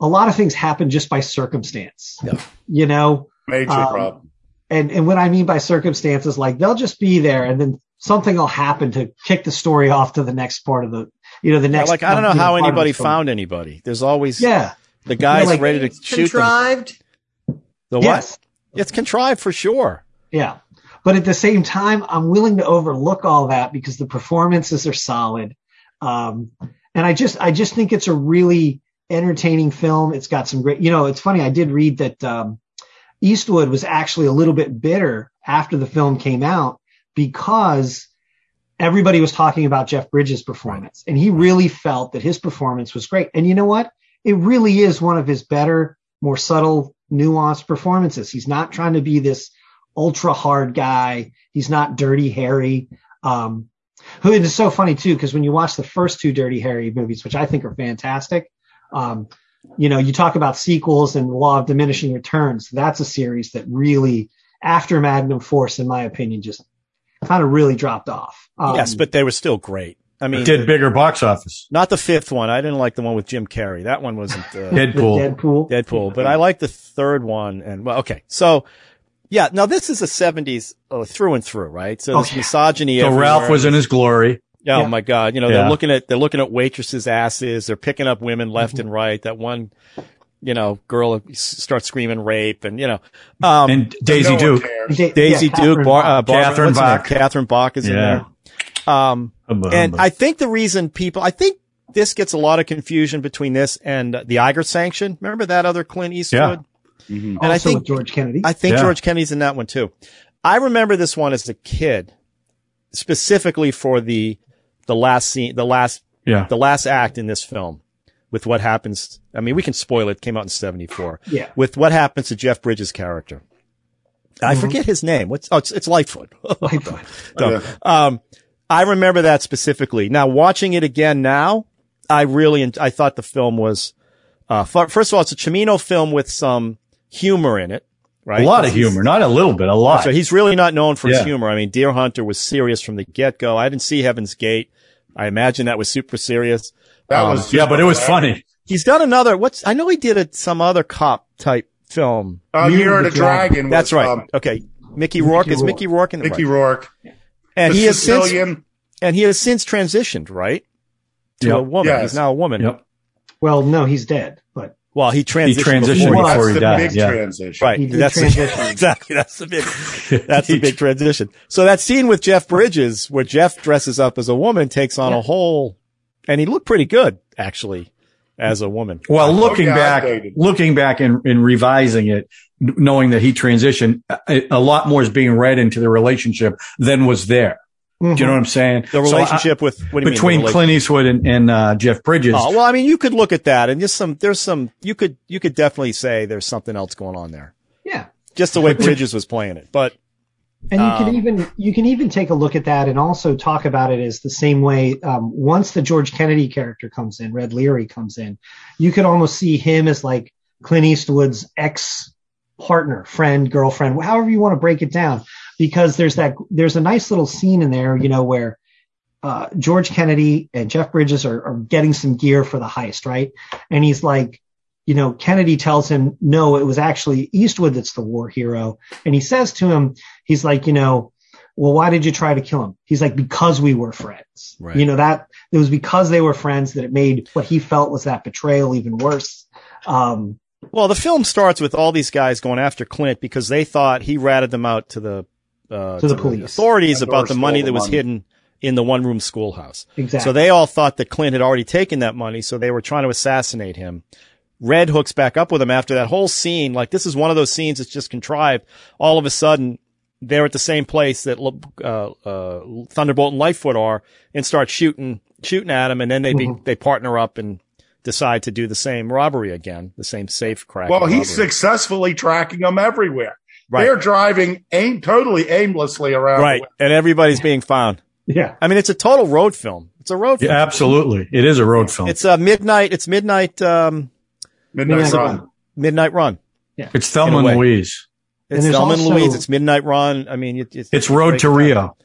Speaker 7: a lot of things happen just by circumstance.
Speaker 3: Yeah.
Speaker 7: You know,
Speaker 4: Major
Speaker 7: Um,
Speaker 4: problem.
Speaker 7: and and what I mean by circumstances, like they'll just be there, and then something will happen to kick the story off to the next part of the, you know, the
Speaker 3: Yeah,
Speaker 7: next.
Speaker 3: like I don't know
Speaker 7: you
Speaker 3: how
Speaker 7: part of
Speaker 3: anybody
Speaker 7: the story.
Speaker 3: found anybody. There's always
Speaker 7: Yeah.
Speaker 3: the guys
Speaker 7: Yeah, like-
Speaker 3: ready to shoot them.
Speaker 5: Contrived.
Speaker 3: The what?
Speaker 7: Yes.
Speaker 3: It's contrived for sure.
Speaker 7: Yeah. But at the same time, I'm willing to overlook all that because the performances are solid. Um, and I just, I just think it's a really entertaining film. It's got some great, you know, it's funny. I did read that, um, Eastwood was actually a little bit bitter after the film came out because everybody was talking about Jeff Bridges' performance and he really felt that his performance was great. And you know what? It really is one of his better, more subtle, nuanced performances. He's not trying to be this ultra hard guy. He's not Dirty Harry. Um, who it is so funny too, because when you watch the first two Dirty Harry movies, which I think are fantastic, um, you know, you talk about sequels and the law of diminishing returns. That's a series that really, after Magnum Force, in my opinion, just kind of really dropped off. Um,
Speaker 3: yes, but they were still great. I mean,
Speaker 6: Did bigger box office.
Speaker 3: not the fifth one. I didn't like the one with Jim Carrey. That one wasn't uh,
Speaker 7: the
Speaker 6: Deadpool.
Speaker 7: Deadpool.
Speaker 3: Deadpool, but I like the third one. And well, okay, so yeah, now this is a '70s uh, through and through, right? So
Speaker 7: Oh,
Speaker 3: there's
Speaker 7: yeah.
Speaker 3: misogyny.
Speaker 6: So Ralph
Speaker 3: everywhere.
Speaker 6: was in his glory.
Speaker 3: Oh
Speaker 7: Yeah.
Speaker 3: my God. You know,
Speaker 6: Yeah.
Speaker 3: they're looking at, they're looking at waitresses' asses. They're picking up women left and right. That one, you know, girl s- starts screaming rape and, you know, um,
Speaker 6: And Daisy
Speaker 4: No one
Speaker 6: Duke.
Speaker 4: cares.
Speaker 7: Da-
Speaker 3: Daisy
Speaker 7: yeah,
Speaker 3: Duke,
Speaker 7: Catherine
Speaker 3: Bar,
Speaker 7: Hahn.
Speaker 3: uh, Barbara-
Speaker 6: Catherine
Speaker 3: what's her name?
Speaker 6: Bach.
Speaker 3: Catherine Bach is
Speaker 6: Yeah.
Speaker 3: in there. Um,
Speaker 6: Hubba,
Speaker 3: and
Speaker 6: hubba.
Speaker 3: I think the reason people, I think this gets a lot of confusion between this and uh, the Iger sanction. Remember that other Clint Eastwood?
Speaker 7: Mm-hmm.
Speaker 3: And
Speaker 7: also
Speaker 3: I
Speaker 7: with
Speaker 3: think
Speaker 7: George Kennedy.
Speaker 3: I think
Speaker 6: Yeah.
Speaker 3: George Kennedy's in that one too. I remember this one as a kid, specifically for the the last scene, the last
Speaker 6: yeah.
Speaker 3: the last act in this film, with what happens. I mean, we can spoil it. it came out in '74.
Speaker 7: Yeah.
Speaker 3: With what happens to Jeff Bridges' character. I
Speaker 7: Mm-hmm.
Speaker 3: forget his name. What's oh, it's, it's Lightfoot.
Speaker 7: Lightfoot.
Speaker 6: Oh,
Speaker 3: So,
Speaker 4: Yeah.
Speaker 3: um, I remember that specifically. Now watching it again now, I really, I thought the film was, uh, fu- first of all, it's a Chimino film with some humor in it, right?
Speaker 6: A lot of humor, not a little bit, a lot.
Speaker 3: So he's really not known for his
Speaker 6: Yeah.
Speaker 3: humor. I mean, Deer Hunter was serious from the get go. I didn't see Heaven's Gate. I imagine that was super serious.
Speaker 4: That
Speaker 3: Um,
Speaker 4: was
Speaker 6: yeah, but it was funny.
Speaker 3: He's done another. What's I know he did a, some other cop type film.
Speaker 4: Um,
Speaker 7: Year
Speaker 4: Year
Speaker 7: of
Speaker 4: of
Speaker 7: the
Speaker 4: the Dragon. was,
Speaker 3: That's right.
Speaker 4: um,
Speaker 3: okay, Mickey Rourke is
Speaker 7: Rourke.
Speaker 3: Mickey Rourke in the
Speaker 4: Mickey
Speaker 3: right.
Speaker 4: Rourke.
Speaker 3: and
Speaker 4: The
Speaker 3: he has since
Speaker 4: Sicilian.
Speaker 3: and he has since transitioned right to
Speaker 6: Yep.
Speaker 3: a woman.
Speaker 4: Yes.
Speaker 3: He's now a woman.
Speaker 6: Yep.
Speaker 7: Well, no, he's dead, but
Speaker 3: Well, he transitioned.
Speaker 6: transitioned
Speaker 3: before he-
Speaker 4: That's
Speaker 6: he
Speaker 7: before
Speaker 4: the
Speaker 6: died,
Speaker 4: big
Speaker 6: yeah.
Speaker 4: transition.
Speaker 3: Right.
Speaker 7: He did
Speaker 3: that's the-
Speaker 7: transition.
Speaker 3: exactly. That's the big. That's the big transition. So that scene with Jeff Bridges, where Jeff dresses up as a woman, takes on a whole, and he looked pretty good actually as a woman.
Speaker 6: Well, looking
Speaker 4: yeah, I
Speaker 6: back,
Speaker 4: dated.
Speaker 6: looking back and, and revising it, kn- knowing that he transitioned, a, a lot more is being read into the relationship than was there. Do you
Speaker 7: mm-hmm.
Speaker 6: know what I'm saying?
Speaker 3: The
Speaker 6: So I-
Speaker 3: relationship with what do you mean, the
Speaker 6: between
Speaker 3: rela-
Speaker 6: Clint Eastwood and, and uh, Jeff Bridges.
Speaker 3: Oh, well, I mean, you could look at that and just some. There's some. You could you could definitely say there's something else going on there.
Speaker 7: yeah.
Speaker 3: Just the way Bridges was playing it, but
Speaker 7: And you can
Speaker 3: Um,
Speaker 7: even you can even take a look at that and also talk about it as the same way. Um, once the George Kennedy character comes in, Red Leary comes in, you could almost see him as like Clint Eastwood's ex partner, friend, girlfriend, however you want to break it down, because there's that there's a nice little scene in there, you know, where uh, George Kennedy and Jeff Bridges are, are getting some gear for the heist, right? And he's like, you know, Kennedy tells him, no, it was actually Eastwood that's the war hero, and he says to him he's like, you know, well, why did you try to kill him? He's like, because we were friends.
Speaker 3: Right.
Speaker 7: You know, that it was because they were friends that it made what he felt was that betrayal even worse. Um,
Speaker 3: Well, the film starts with all these guys going after Clint because they thought he ratted them out to the uh,
Speaker 7: To the police.
Speaker 3: authorities
Speaker 4: And
Speaker 3: about
Speaker 4: they
Speaker 3: the
Speaker 4: were
Speaker 3: money
Speaker 4: stole
Speaker 3: that
Speaker 4: the
Speaker 3: was
Speaker 4: money.
Speaker 3: hidden in the one room schoolhouse.
Speaker 7: exactly.
Speaker 3: So they all thought that Clint had already taken that money, so they were trying to assassinate him. Red hooks back up with him after that whole scene. Like this is one of those scenes that's just contrived. All of a sudden, they're at the same place that uh, uh, Thunderbolt and Lightfoot are, and start shooting shooting at him, and then they be,
Speaker 4: Mm-hmm.
Speaker 3: they partner up and decide to do the same robbery again, the same safe crack.
Speaker 4: Well, he's
Speaker 3: robbery.
Speaker 4: successfully tracking them everywhere.
Speaker 3: Right.
Speaker 4: They're driving aim totally aimlessly around.
Speaker 3: right, and everybody's being found.
Speaker 7: yeah.
Speaker 3: I mean, it's a total road film. It's a road film.
Speaker 6: yeah, absolutely. It is a road film.
Speaker 3: It's
Speaker 6: It's,
Speaker 3: a midnight. It's midnight. Um,
Speaker 4: The Midnight
Speaker 7: Midnight
Speaker 4: Run.
Speaker 7: Run.
Speaker 3: midnight run.
Speaker 6: Thelma
Speaker 3: in a
Speaker 6: and
Speaker 3: way.
Speaker 6: Louise.
Speaker 7: And
Speaker 3: It's
Speaker 7: there's
Speaker 3: Thelma and
Speaker 7: also-
Speaker 3: Louise. It's Midnight Run. I mean, it, it's,
Speaker 6: It's Road to
Speaker 3: great.
Speaker 6: Rio.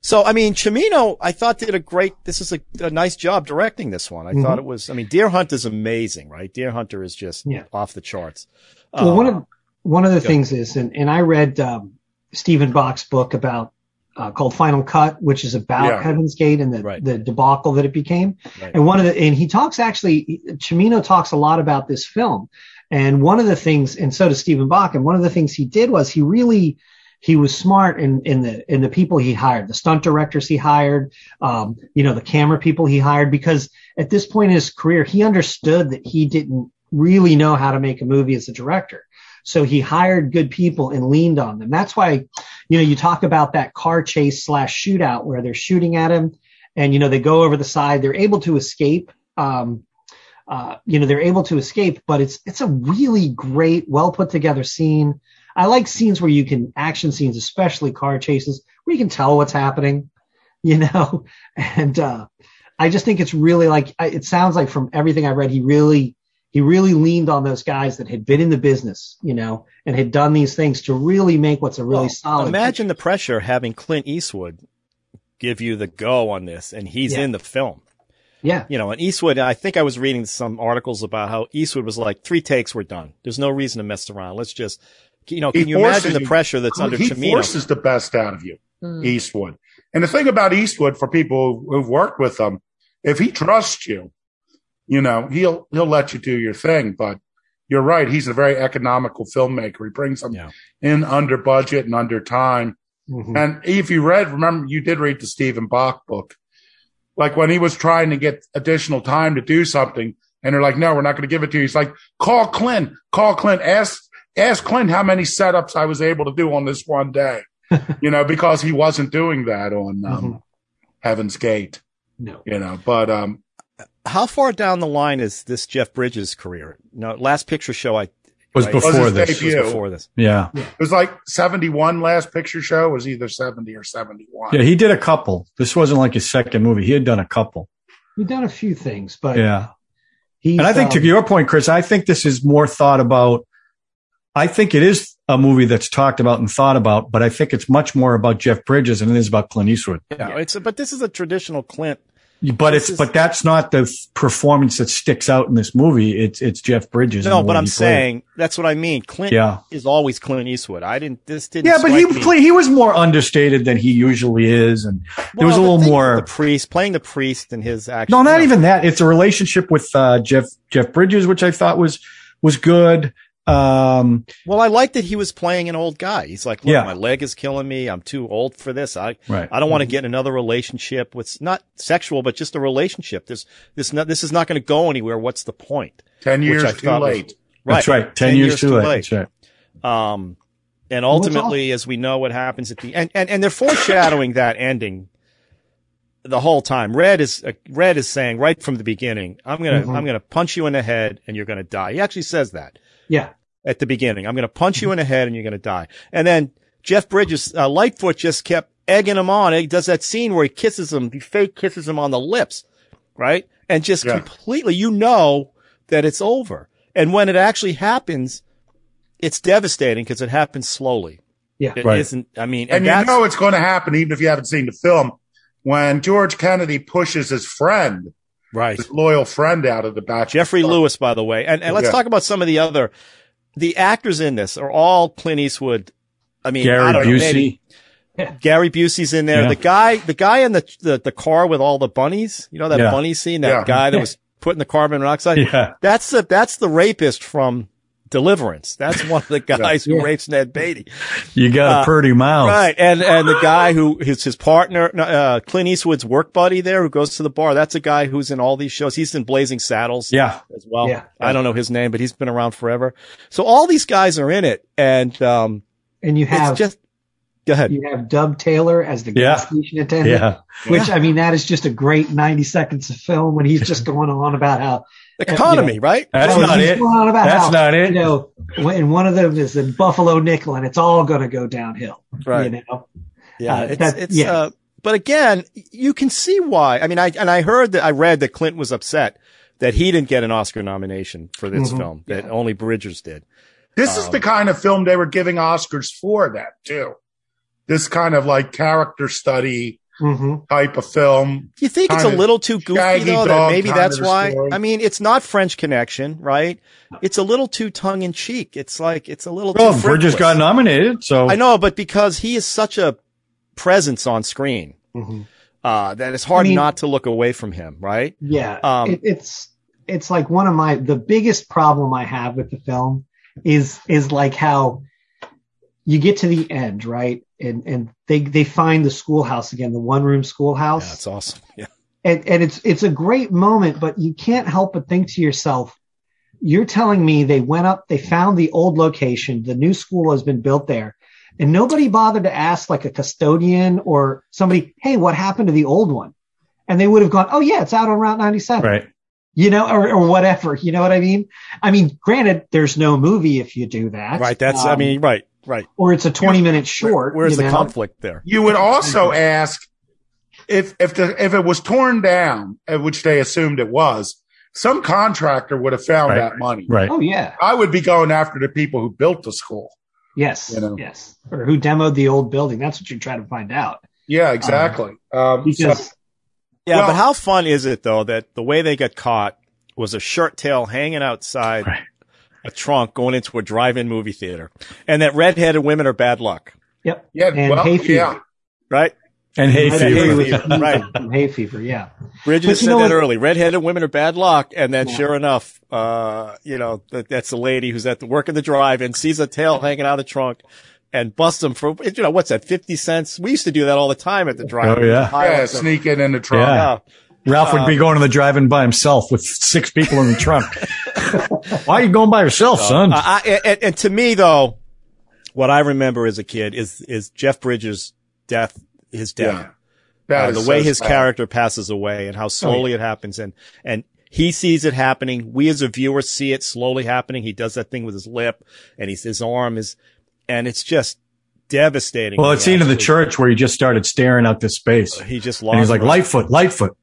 Speaker 3: So, I mean, Chimino, I thought did a great, this is a, a nice job directing this one. I
Speaker 7: Mhm.
Speaker 3: thought it was, I mean, Deer Hunt is amazing, right? Deer Hunter is just
Speaker 7: Yeah.
Speaker 3: off the charts.
Speaker 7: Well,
Speaker 3: Uh,
Speaker 7: one of one of the
Speaker 3: go.
Speaker 7: things is, and, and I read um, Stephen Bach's book about uh, called Final Cut, which is about
Speaker 4: Yeah.
Speaker 7: Heaven's Gate and the,
Speaker 3: Right.
Speaker 7: the debacle that it became.
Speaker 3: Right.
Speaker 7: And one of the and he talks actually, Chimino talks a lot about this film. And one of the things, and so does Stephen Bach. And one of the things he did was he really he was smart in, in the in the people he hired, the stunt directors he hired, um, you know, the camera people he hired, because at this point in his career, he understood that he didn't really know how to make a movie as a director. So he hired good people and leaned on them. That's why, you know, you talk about that car chase slash shootout where they're shooting at him and, you know, they go over the side. They're able to escape. Um, uh, you know, they're able to escape, but it's, it's a really great, well put together scene. I like scenes where you can action scenes, especially car chases, where you can tell what's happening, you know, and, uh, I just think it's really like, I- it sounds like from everything I read, he really, he really leaned on those guys that had been in the business, you know, and had done these things to really make what's a really
Speaker 3: well,
Speaker 7: solid.
Speaker 3: Imagine the pressure having Clint Eastwood give you the go on this and he's
Speaker 7: Yeah.
Speaker 3: in the film.
Speaker 7: yeah,
Speaker 3: You know, and Eastwood, I think I was reading some articles about how Eastwood was like, three takes were done. There's no reason to mess around. Let's just, you know,
Speaker 4: He
Speaker 3: can you imagine
Speaker 4: forces
Speaker 3: the
Speaker 4: you.
Speaker 3: pressure that's under
Speaker 4: he
Speaker 3: Chimino?
Speaker 4: forces the best out of you,
Speaker 5: Mm.
Speaker 4: Eastwood. And the thing about Eastwood, for people who've worked with him, if he trusts you, you know he'll he'll let you do your thing. But you're right; he's a very economical filmmaker. He brings them
Speaker 3: Yeah.
Speaker 4: in under budget and under time.
Speaker 7: Mhm.
Speaker 3: Mm-hmm.
Speaker 4: And if you read, remember, you did read the Stephen Bach book. Like when he was trying to get additional time to do something, and they're like, "No, we're not going to give it to you." He's like, "Call Clint. Call Clint. Ask ask Clint how many setups I was able to do on this one day." you know, because he wasn't doing that on um,
Speaker 3: Mm-hmm.
Speaker 7: Mhm.
Speaker 4: Heaven's Gate.
Speaker 7: no.
Speaker 4: You know, but um,
Speaker 3: how far down the line is this Jeff Bridges career? No, last picture show I
Speaker 6: Was
Speaker 3: Right.
Speaker 4: Was
Speaker 6: before
Speaker 4: his
Speaker 6: this.
Speaker 4: debut.
Speaker 3: was
Speaker 4: You.
Speaker 3: before this.
Speaker 6: Yeah.
Speaker 4: it was like seventy-one. Last picture show was either seventy or seventy-one.
Speaker 6: Yeah. He did a couple. This wasn't like his second movie. He had done a couple.
Speaker 7: We've done a few things, but
Speaker 6: Yeah.
Speaker 7: he's,
Speaker 6: And I think
Speaker 7: um,
Speaker 6: to your point, Chris, I think this is more thought about I think it is a movie that's talked about and thought about, but I think it's much more about Jeff Bridges than it is about Clint Eastwood.
Speaker 3: Yeah, it's a, but this is a traditional Clint.
Speaker 6: But it's
Speaker 3: is-
Speaker 6: but that's not the f- performance that sticks out in this movie. It's it's Jeff Bridges. and
Speaker 3: No,
Speaker 6: the
Speaker 3: but
Speaker 6: way
Speaker 3: I'm
Speaker 6: he played.
Speaker 3: saying that's what I mean. Clint
Speaker 6: Yeah.
Speaker 3: is always Clint Eastwood. I didn't. This didn't.
Speaker 6: Yeah, but he
Speaker 3: strike me.
Speaker 6: play, he was more understated than he usually is, and there was a
Speaker 3: Well, the
Speaker 6: little
Speaker 3: thing with
Speaker 6: more.
Speaker 3: the priest playing the priest and his action.
Speaker 6: No, not even that. It's a relationship with uh, Jeff Jeff Bridges, which I thought was was good. Um,
Speaker 3: Well, I like that he was playing an old guy. He's like, look,
Speaker 6: Yeah.
Speaker 3: my leg is killing me. I'm too old for this. I,
Speaker 6: Right.
Speaker 3: I don't want to get in another relationship with not sexual, but just a relationship. This, this, not, this is not going to go anywhere. What's the point?
Speaker 4: 10
Speaker 3: Which I
Speaker 4: years too
Speaker 3: thought was-
Speaker 4: late.
Speaker 6: That's right. Ten, years, too late. That's right.
Speaker 3: Um, and
Speaker 7: it's
Speaker 3: ultimately, as we know, what happens at the end, and, and they're foreshadowing that ending the whole time. Red is uh, Red is saying right from the beginning, "I'm gonna
Speaker 7: Mhm.
Speaker 3: I'm gonna punch you in the head, and you're gonna die." He actually says that
Speaker 7: Yeah.
Speaker 3: at the beginning. I'm gonna punch
Speaker 4: Mm-hmm.
Speaker 3: you in the head, and you're gonna die. And then Jeff Bridges, uh, Lightfoot just kept egging him on. He does that scene where he kisses him, he fake kisses him on the lips, right? And just
Speaker 4: Yeah.
Speaker 3: completely, you know that it's over. And when it actually happens, it's devastating because it happens slowly.
Speaker 7: Yeah.
Speaker 3: It
Speaker 6: Right.
Speaker 3: not I mean,
Speaker 4: and
Speaker 3: and,
Speaker 4: you
Speaker 3: that's,
Speaker 4: know it's going to happen even if you haven't seen the film when george kennedy pushes his friend
Speaker 3: right.
Speaker 4: his loyal friend out of the back
Speaker 3: Jeffrey Lewis, by the way. And, and let's
Speaker 4: Yeah.
Speaker 3: talk about some of the other, the actors in this are all Clint Eastwood. I mean, I
Speaker 6: Gary
Speaker 3: don't know, maybe-
Speaker 6: Busey.
Speaker 3: Gary Busey's in there.
Speaker 6: Yeah.
Speaker 3: The guy, the guy in the, the the car with all the bunnies. You know that
Speaker 6: Yeah.
Speaker 3: bunny scene. That
Speaker 4: Yeah.
Speaker 3: guy that was putting the carbon monoxide.
Speaker 6: Yeah.
Speaker 3: That's the that's the rapist from Deliverance. That's one of the guys who
Speaker 7: Yeah.
Speaker 3: rapes Ned Beatty.
Speaker 6: You got a
Speaker 3: Uh,
Speaker 6: pretty mouth.
Speaker 3: Right, and and the guy who is his partner, no, uh, Clint Eastwood's work buddy there, who goes to the bar. That's a guy who's in all these shows. He's in Blazing Saddles
Speaker 6: Yeah.
Speaker 3: as well.
Speaker 7: Yeah.
Speaker 3: I don't know his name, but he's been around forever. So all these guys are in it, and um,
Speaker 7: And you have
Speaker 3: it's just go ahead.
Speaker 7: you have Dub Taylor as the
Speaker 6: Yeah.
Speaker 7: gas station attendant.
Speaker 6: Yeah.
Speaker 7: Which I mean, that is just a great ninety seconds of film when he's just going on about how
Speaker 3: Economy, right?
Speaker 6: That's
Speaker 7: Oh,
Speaker 6: not
Speaker 7: he's
Speaker 6: it.
Speaker 7: going on about
Speaker 6: That's
Speaker 7: how,
Speaker 6: not it.
Speaker 7: You know, and one of them is the Buffalo Nickel, and it's all going to go downhill.
Speaker 3: Right.
Speaker 7: You know,
Speaker 3: Yeah,
Speaker 7: Uh,
Speaker 3: it's,
Speaker 7: that-
Speaker 3: it's
Speaker 7: yeah.
Speaker 3: uh, but again, you can see why. I mean, I, and I heard that I read that Clint was upset that he didn't get an Oscar nomination for this
Speaker 7: Mhm.
Speaker 3: film, that only Bridgers did.
Speaker 4: this is the
Speaker 3: Um,
Speaker 4: kind of film they were giving oscars for that too this kind of like character study
Speaker 7: hmm
Speaker 4: type of film
Speaker 3: You think it's a
Speaker 4: Kind of
Speaker 3: little too goofy
Speaker 4: shaggy
Speaker 3: though, that
Speaker 4: dog
Speaker 3: maybe
Speaker 4: kind
Speaker 3: that's
Speaker 4: of a
Speaker 3: why.
Speaker 4: story.
Speaker 3: I mean, it's not French Connection, right? It's a little too tongue in cheek. It's like, it's a little too.
Speaker 6: Well, Bridges got
Speaker 3: frivolous.
Speaker 6: nominated, so
Speaker 3: I know, but because he is such a presence on screen,
Speaker 7: hmm
Speaker 3: uh, that it's hard
Speaker 7: I mean-
Speaker 3: not to look away from him, right?
Speaker 7: Yeah,
Speaker 3: Um,
Speaker 7: it, it's it's like one of my the biggest problem I have with the film is is like how you get to the end, right? And and they they find the schoolhouse again, the one room
Speaker 3: Yeah,
Speaker 7: schoolhouse,
Speaker 3: it's awesome. Yeah.
Speaker 7: and and it's it's a great moment, but you can't help but think to yourself, you're telling me they went up, they found the old location, the new school has been built there, and nobody bothered to ask like a custodian or somebody, hey, what happened to the old one? And they would have gone, oh yeah, it's out on Route 97
Speaker 6: right.
Speaker 7: you know, or, or whatever. You know what I mean? I mean, granted, there's no movie if you do that,
Speaker 3: Right. That's, I
Speaker 7: Um,
Speaker 3: mean, right, right.
Speaker 7: or it's a 20 minute short.
Speaker 3: Where's
Speaker 7: you
Speaker 3: the
Speaker 7: know?
Speaker 3: conflict there?
Speaker 4: you would also ask if if the if it was torn down uh, which they assumed it was some contractor would have found
Speaker 6: Right.
Speaker 4: that money
Speaker 6: Right.
Speaker 7: Oh yeah,
Speaker 4: i would be going after the people who built the school
Speaker 7: yes,
Speaker 4: You know.
Speaker 7: yes, or who demoed the old building? That's what you're trying to find out.
Speaker 4: yeah exactly um, so-
Speaker 7: Because
Speaker 3: Yeah,
Speaker 4: Well-
Speaker 3: but how fun is it though that the way they got caught was a shirt tail hanging outside
Speaker 6: Right.
Speaker 3: a trunk going into a drive-in movie theater, and that redheaded women are bad luck,
Speaker 7: yep,
Speaker 4: yeah
Speaker 7: and
Speaker 4: well
Speaker 7: hay
Speaker 4: yeah
Speaker 7: fever,
Speaker 3: right?
Speaker 6: And hay
Speaker 7: Right,
Speaker 3: fever.
Speaker 7: hay
Speaker 6: fever.
Speaker 7: fever.
Speaker 3: Right.
Speaker 7: hay fever, yeah,
Speaker 3: Bridges
Speaker 7: But you
Speaker 3: said
Speaker 7: know
Speaker 3: that
Speaker 7: what-
Speaker 3: early. Redheaded women are bad luck, and then
Speaker 7: Yeah.
Speaker 3: sure enough, uh, you know that, that's the lady who's at the work of the drive-in sees a tail hanging out of the trunk. And bust them for you know what's that fifty cents? We used to do that all the time at the drive.
Speaker 6: Oh, yeah.
Speaker 4: yeah sneaking in the trunk
Speaker 6: Yeah. Ralph would be
Speaker 3: uh,
Speaker 6: going to the drive-in by himself with six people in the trunk. Why are you going by yourself, son?
Speaker 3: Uh, I, and, and to me, though, what I remember as a kid is is Jeff Bridges' death, his
Speaker 4: yeah
Speaker 3: death,
Speaker 4: That
Speaker 3: Uh,
Speaker 4: is
Speaker 3: the
Speaker 4: so
Speaker 3: way his
Speaker 4: sad. Oh,
Speaker 3: character passes away, and how slowly it happens, and and he sees it happening. We as a viewer see it slowly happening. He does that thing with his lip, and he's, his arm is, and it's just devastating.
Speaker 6: well,
Speaker 3: to
Speaker 6: it's seen in the
Speaker 3: watch.
Speaker 6: church where he just started staring out this space.
Speaker 3: Uh, He just lost.
Speaker 6: And he's like,
Speaker 3: it.
Speaker 6: Lightfoot, Lightfoot.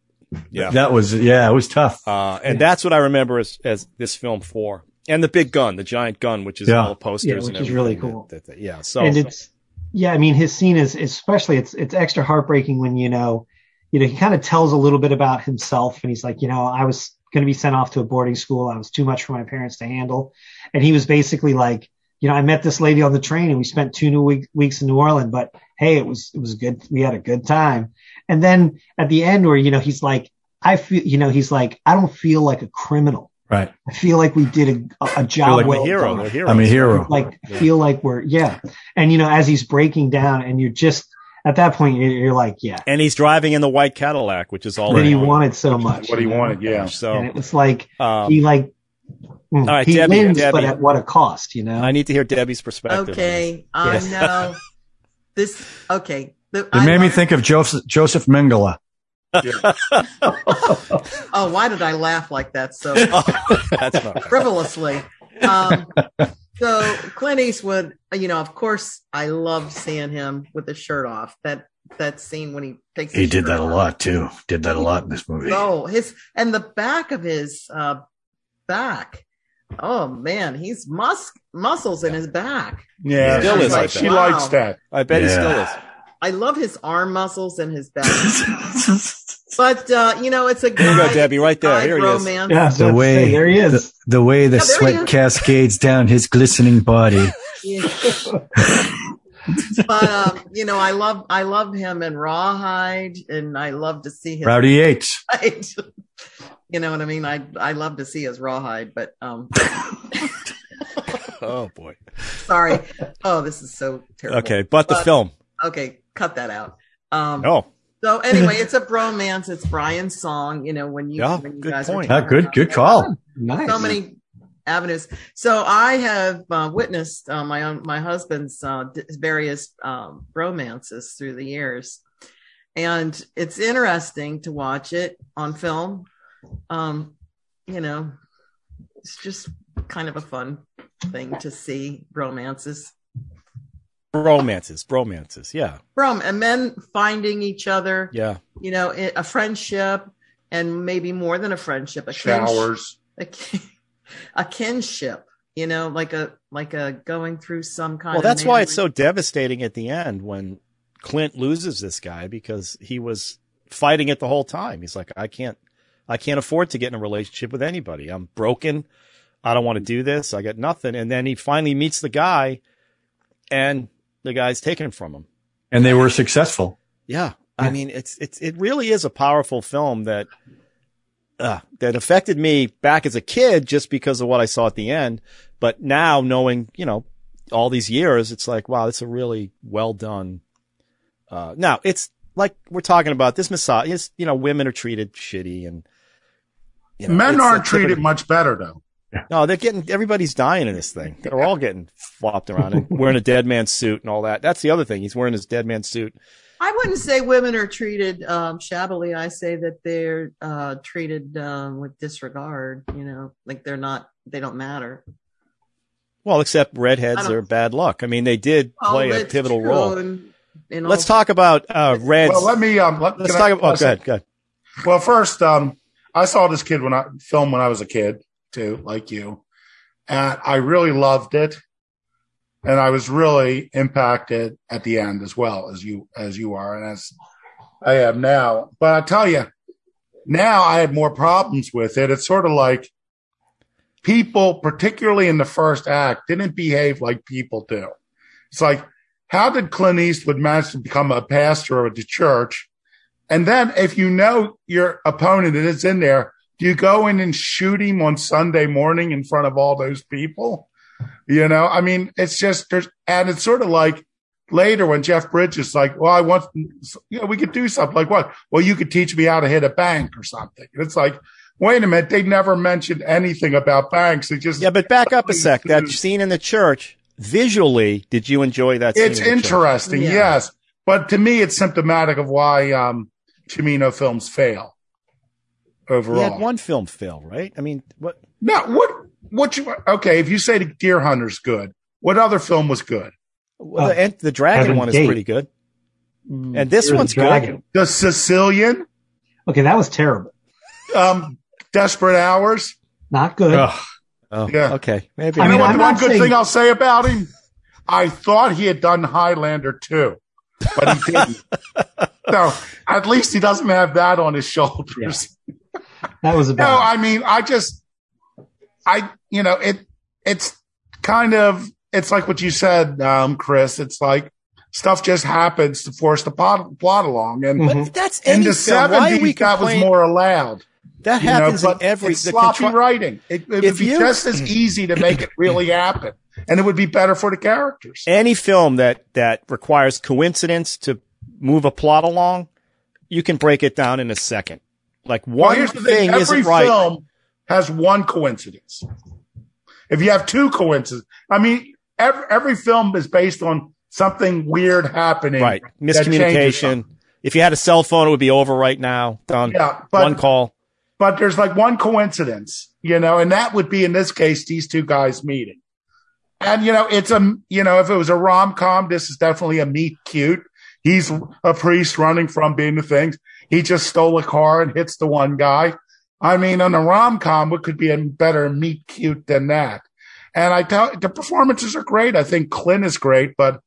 Speaker 3: Yeah.
Speaker 6: That was, yeah, it was tough.
Speaker 3: Uh, and that's what I remember as, as this film for. and the big gun, the giant gun, which is
Speaker 6: Yeah.
Speaker 3: all posters,
Speaker 7: Yeah,
Speaker 3: and
Speaker 7: which is really
Speaker 3: everything
Speaker 7: cool.
Speaker 3: that- that- yeah, so
Speaker 7: and it's yeah i mean his scene is especially it's it's extra heartbreaking when you know you know he kind of tells a little bit about himself and he's like you know i was going to be sent off to a boarding school i was too much for my parents to handle and he was basically like you know i met this lady on the train and we spent two new week, weeks in new orleans but hey it was it was good we had a good time and then at the end where you know he's like i feel you know he's like i don't feel like a criminal
Speaker 6: Right.
Speaker 7: i feel like we did a, a
Speaker 3: we're
Speaker 7: job
Speaker 3: like
Speaker 7: well
Speaker 3: a hero,
Speaker 7: done
Speaker 3: we're heroes.
Speaker 6: I'm a hero.
Speaker 3: Uh-huh.
Speaker 7: like feel like we're yeah and you know as he's breaking down and you're just at that point you're, you're like yeah
Speaker 3: and he's driving in the white Cadillac, which is all
Speaker 7: that he
Speaker 3: around.
Speaker 7: wanted so much
Speaker 4: What he
Speaker 7: you know?
Speaker 4: wanted, yeah.
Speaker 7: and
Speaker 3: So,
Speaker 7: it was like
Speaker 3: um,
Speaker 7: he like mm,
Speaker 3: right,
Speaker 7: he
Speaker 3: Debbie,
Speaker 7: wins but
Speaker 3: Debbie.
Speaker 7: at what a cost you know
Speaker 3: I need to hear Debbie's perspective. on this.
Speaker 5: Okay, I
Speaker 3: Yes.
Speaker 5: know this. Okay, the,
Speaker 6: It made me think of Joseph Joseph Mengele.
Speaker 5: Oh, why did I laugh like that so
Speaker 3: That's not right.
Speaker 5: frivolously? Um, so Clint Eastwood, you know, of course, I loved seeing him with the shirt off. That that scene when he takes his shirt off.
Speaker 6: too. Did that a lot in this movie.
Speaker 5: Oh, his and the back of his uh, back. Oh man, he's mus- muscles in his back.
Speaker 4: Yeah,
Speaker 3: Still
Speaker 4: she,
Speaker 3: is like
Speaker 4: likes, she
Speaker 5: that.
Speaker 4: likes that.
Speaker 3: I bet he
Speaker 6: Yeah.
Speaker 3: still is.
Speaker 5: I love his arm muscles and his back. but uh, you know, it's a
Speaker 3: Here you go,
Speaker 5: guy-
Speaker 3: Debbie, right there.
Speaker 5: guy
Speaker 3: Here he is.
Speaker 5: romance.
Speaker 7: yeah so
Speaker 6: The way
Speaker 7: there he
Speaker 6: the,
Speaker 7: is
Speaker 6: the way the
Speaker 5: Yeah, there he
Speaker 6: sweat
Speaker 5: is.
Speaker 6: cascades down his glistening body.
Speaker 5: but um, you know, I love I love him in Rawhide, and I love to see his.
Speaker 6: Rowdy Yates.
Speaker 5: Rawhide. you know what I mean? I I love to see his Rawhide, but um,
Speaker 3: Oh boy.
Speaker 5: sorry. Oh, this is so terrible.
Speaker 3: Okay, but the
Speaker 5: But-
Speaker 3: film. Oh,
Speaker 5: okay, cut that out. Um,
Speaker 3: No,
Speaker 5: So anyway, it's a bromance. It's Brian's song. You know when you
Speaker 3: Yeah,
Speaker 5: when you
Speaker 3: good
Speaker 5: guys were
Speaker 3: point.
Speaker 6: Ah,
Speaker 5: talking
Speaker 6: good
Speaker 5: about
Speaker 6: good
Speaker 5: it.
Speaker 6: call.
Speaker 7: nice
Speaker 5: so many avenues. So I have uh, witnessed uh, my own my husband's uh, d- various um, romances through the years, and it's interesting to watch it on film. Um, you know, it's just kind of a fun thing to see romances
Speaker 3: romances, bromances. Yeah,
Speaker 5: from and men finding each other.
Speaker 3: yeah.
Speaker 5: You know, i- a friendship. And maybe more than a friendship, a kinship.
Speaker 4: Showers.
Speaker 5: a, kin- a kinship, you know, like a like a going through some kind.
Speaker 3: Well,
Speaker 5: of
Speaker 3: that's why it's so
Speaker 5: manly-
Speaker 3: devastating at the end when Clint loses this guy because he was fighting it the whole time. He's like, I can't, I can't afford to get in a relationship with anybody. I'm broken. I don't want to do this. I got nothing. And then he finally meets the guy, and the guy's taken from him.
Speaker 6: And they were successful.
Speaker 3: Yeah. I mean, it's, it's, it really is a powerful film that, uh, that affected me back as a kid just because of what I saw at the end. But now knowing, you know, all these years, it's like, wow, it's a really well done. Uh, now it's like we're talking about this massage is, you know, women are treated shitty and, you know,
Speaker 4: Men
Speaker 3: it's a
Speaker 4: aren't treated
Speaker 3: typical-
Speaker 4: much better though.
Speaker 3: No, they're getting, everybody's dying in this thing. They're all getting flopped around and wearing a dead man's suit and all that. That's the other thing. He's wearing his dead man's suit.
Speaker 5: I wouldn't say women are treated um, shabbily. I say that they're uh, treated um, with disregard. You know, like they're not. They don't matter.
Speaker 3: Well, except
Speaker 5: I
Speaker 3: redheads
Speaker 5: don't-
Speaker 3: are bad luck. I mean, they did play
Speaker 5: Oh,
Speaker 3: a
Speaker 5: it's
Speaker 3: pivotal
Speaker 5: true
Speaker 3: role.
Speaker 5: in- in all-
Speaker 3: Let's talk about uh, Reds.
Speaker 4: Well, let me. Um, let,
Speaker 3: Let's
Speaker 4: can
Speaker 3: talk
Speaker 4: I-
Speaker 3: about. Oh, go ahead. Go ahead.
Speaker 4: Well, first, um, I saw this kid when I film when I was a kid too, like you, and I really loved it, and I was really impacted at the end as well as you as you are and as I am now. But I tell you, now I had more problems with it. It's sort of like people, particularly in the first act, didn't behave like people do. It's like, how did Clint Eastwood manage to become a pastor of the church? And then if you know your opponent is in there, do you go in and shoot him on Sunday morning in front of all those people? You know, I mean, it's just there's, and it's sort of like later when Jeff Bridges like, well, I want, you know, we could do something like what? Well, you could teach me how to hit a bank or something. And it's like, wait a minute, they never mentioned anything about banks. They just
Speaker 3: Yeah, but back up a sec. That scene in the church. Visually, did you enjoy that? Scene
Speaker 4: It's
Speaker 3: in the church?
Speaker 4: interesting,
Speaker 5: Yeah.
Speaker 4: yes, but to me, it's symptomatic of why um, Chimino films fail
Speaker 3: He
Speaker 4: overall.
Speaker 3: had one film fail, right? I mean, what?
Speaker 4: No, what what you okay? If you say the Deer Hunter's good, what other film was good?
Speaker 3: well,
Speaker 7: Uh,
Speaker 3: the, and the dragon
Speaker 7: Heaven's
Speaker 3: one is
Speaker 7: Gate.
Speaker 3: pretty good,
Speaker 7: Mm,
Speaker 3: and this
Speaker 7: Fear the
Speaker 3: one's good.
Speaker 7: Dragon.
Speaker 4: The Sicilian,
Speaker 7: okay that was terrible
Speaker 4: um, Desperate Hours.
Speaker 7: not good
Speaker 6: Ugh.
Speaker 3: Oh,
Speaker 4: Yeah.
Speaker 3: okay. Maybe.
Speaker 4: You
Speaker 7: I
Speaker 4: know
Speaker 7: mean,
Speaker 4: what?
Speaker 7: I'm
Speaker 4: the one
Speaker 7: not
Speaker 4: good
Speaker 7: saying-
Speaker 4: thing I'll say about him, I thought he had done Highlander too, but he didn't. so at least he doesn't have that on his shoulders.
Speaker 7: That was
Speaker 4: No,
Speaker 7: about.
Speaker 4: I mean, I just, I, you know, it, it's kind of, it's like what you said, um, Chris. It's like stuff just happens to force the plot, plot along, and
Speaker 7: Mhm.
Speaker 3: But that's
Speaker 4: Mm-hmm. in
Speaker 3: Mm-hmm. any
Speaker 4: the
Speaker 3: film. Why are we
Speaker 4: seventies that was
Speaker 3: complaining-
Speaker 4: more allowed.
Speaker 3: That
Speaker 4: you know,
Speaker 3: happens
Speaker 4: but
Speaker 3: in every
Speaker 4: it's
Speaker 3: the
Speaker 4: sloppy
Speaker 3: contri-
Speaker 4: writing. It, it would
Speaker 3: If
Speaker 4: be
Speaker 3: you-
Speaker 4: just as easy to make it really happen, and it would be better for the characters.
Speaker 3: any film that that requires coincidence to move a plot along. You can break it down in a second. Like
Speaker 4: Well,
Speaker 3: one
Speaker 4: here's the
Speaker 3: thing,
Speaker 4: thing: every
Speaker 3: isn't right.
Speaker 4: film has one coincidence. If you have two coincidences, I mean, every, every film is based on something weird happening,
Speaker 3: right.
Speaker 4: that changes something.
Speaker 3: Miscommunication. If you had a cell phone, it would be over right now. Done.
Speaker 4: Yeah, but-
Speaker 3: one call.
Speaker 4: But there's like one coincidence, you know, and that would be in this case these two guys meeting. And you know, it's a you know, if it was a rom com, this is definitely a meet cute. He's a priest running from being the things. He just stole a car and hits the one guy. I mean, on a rom com, what could be a better meet cute than that? And I tell the performances are great. I think Clint is great, but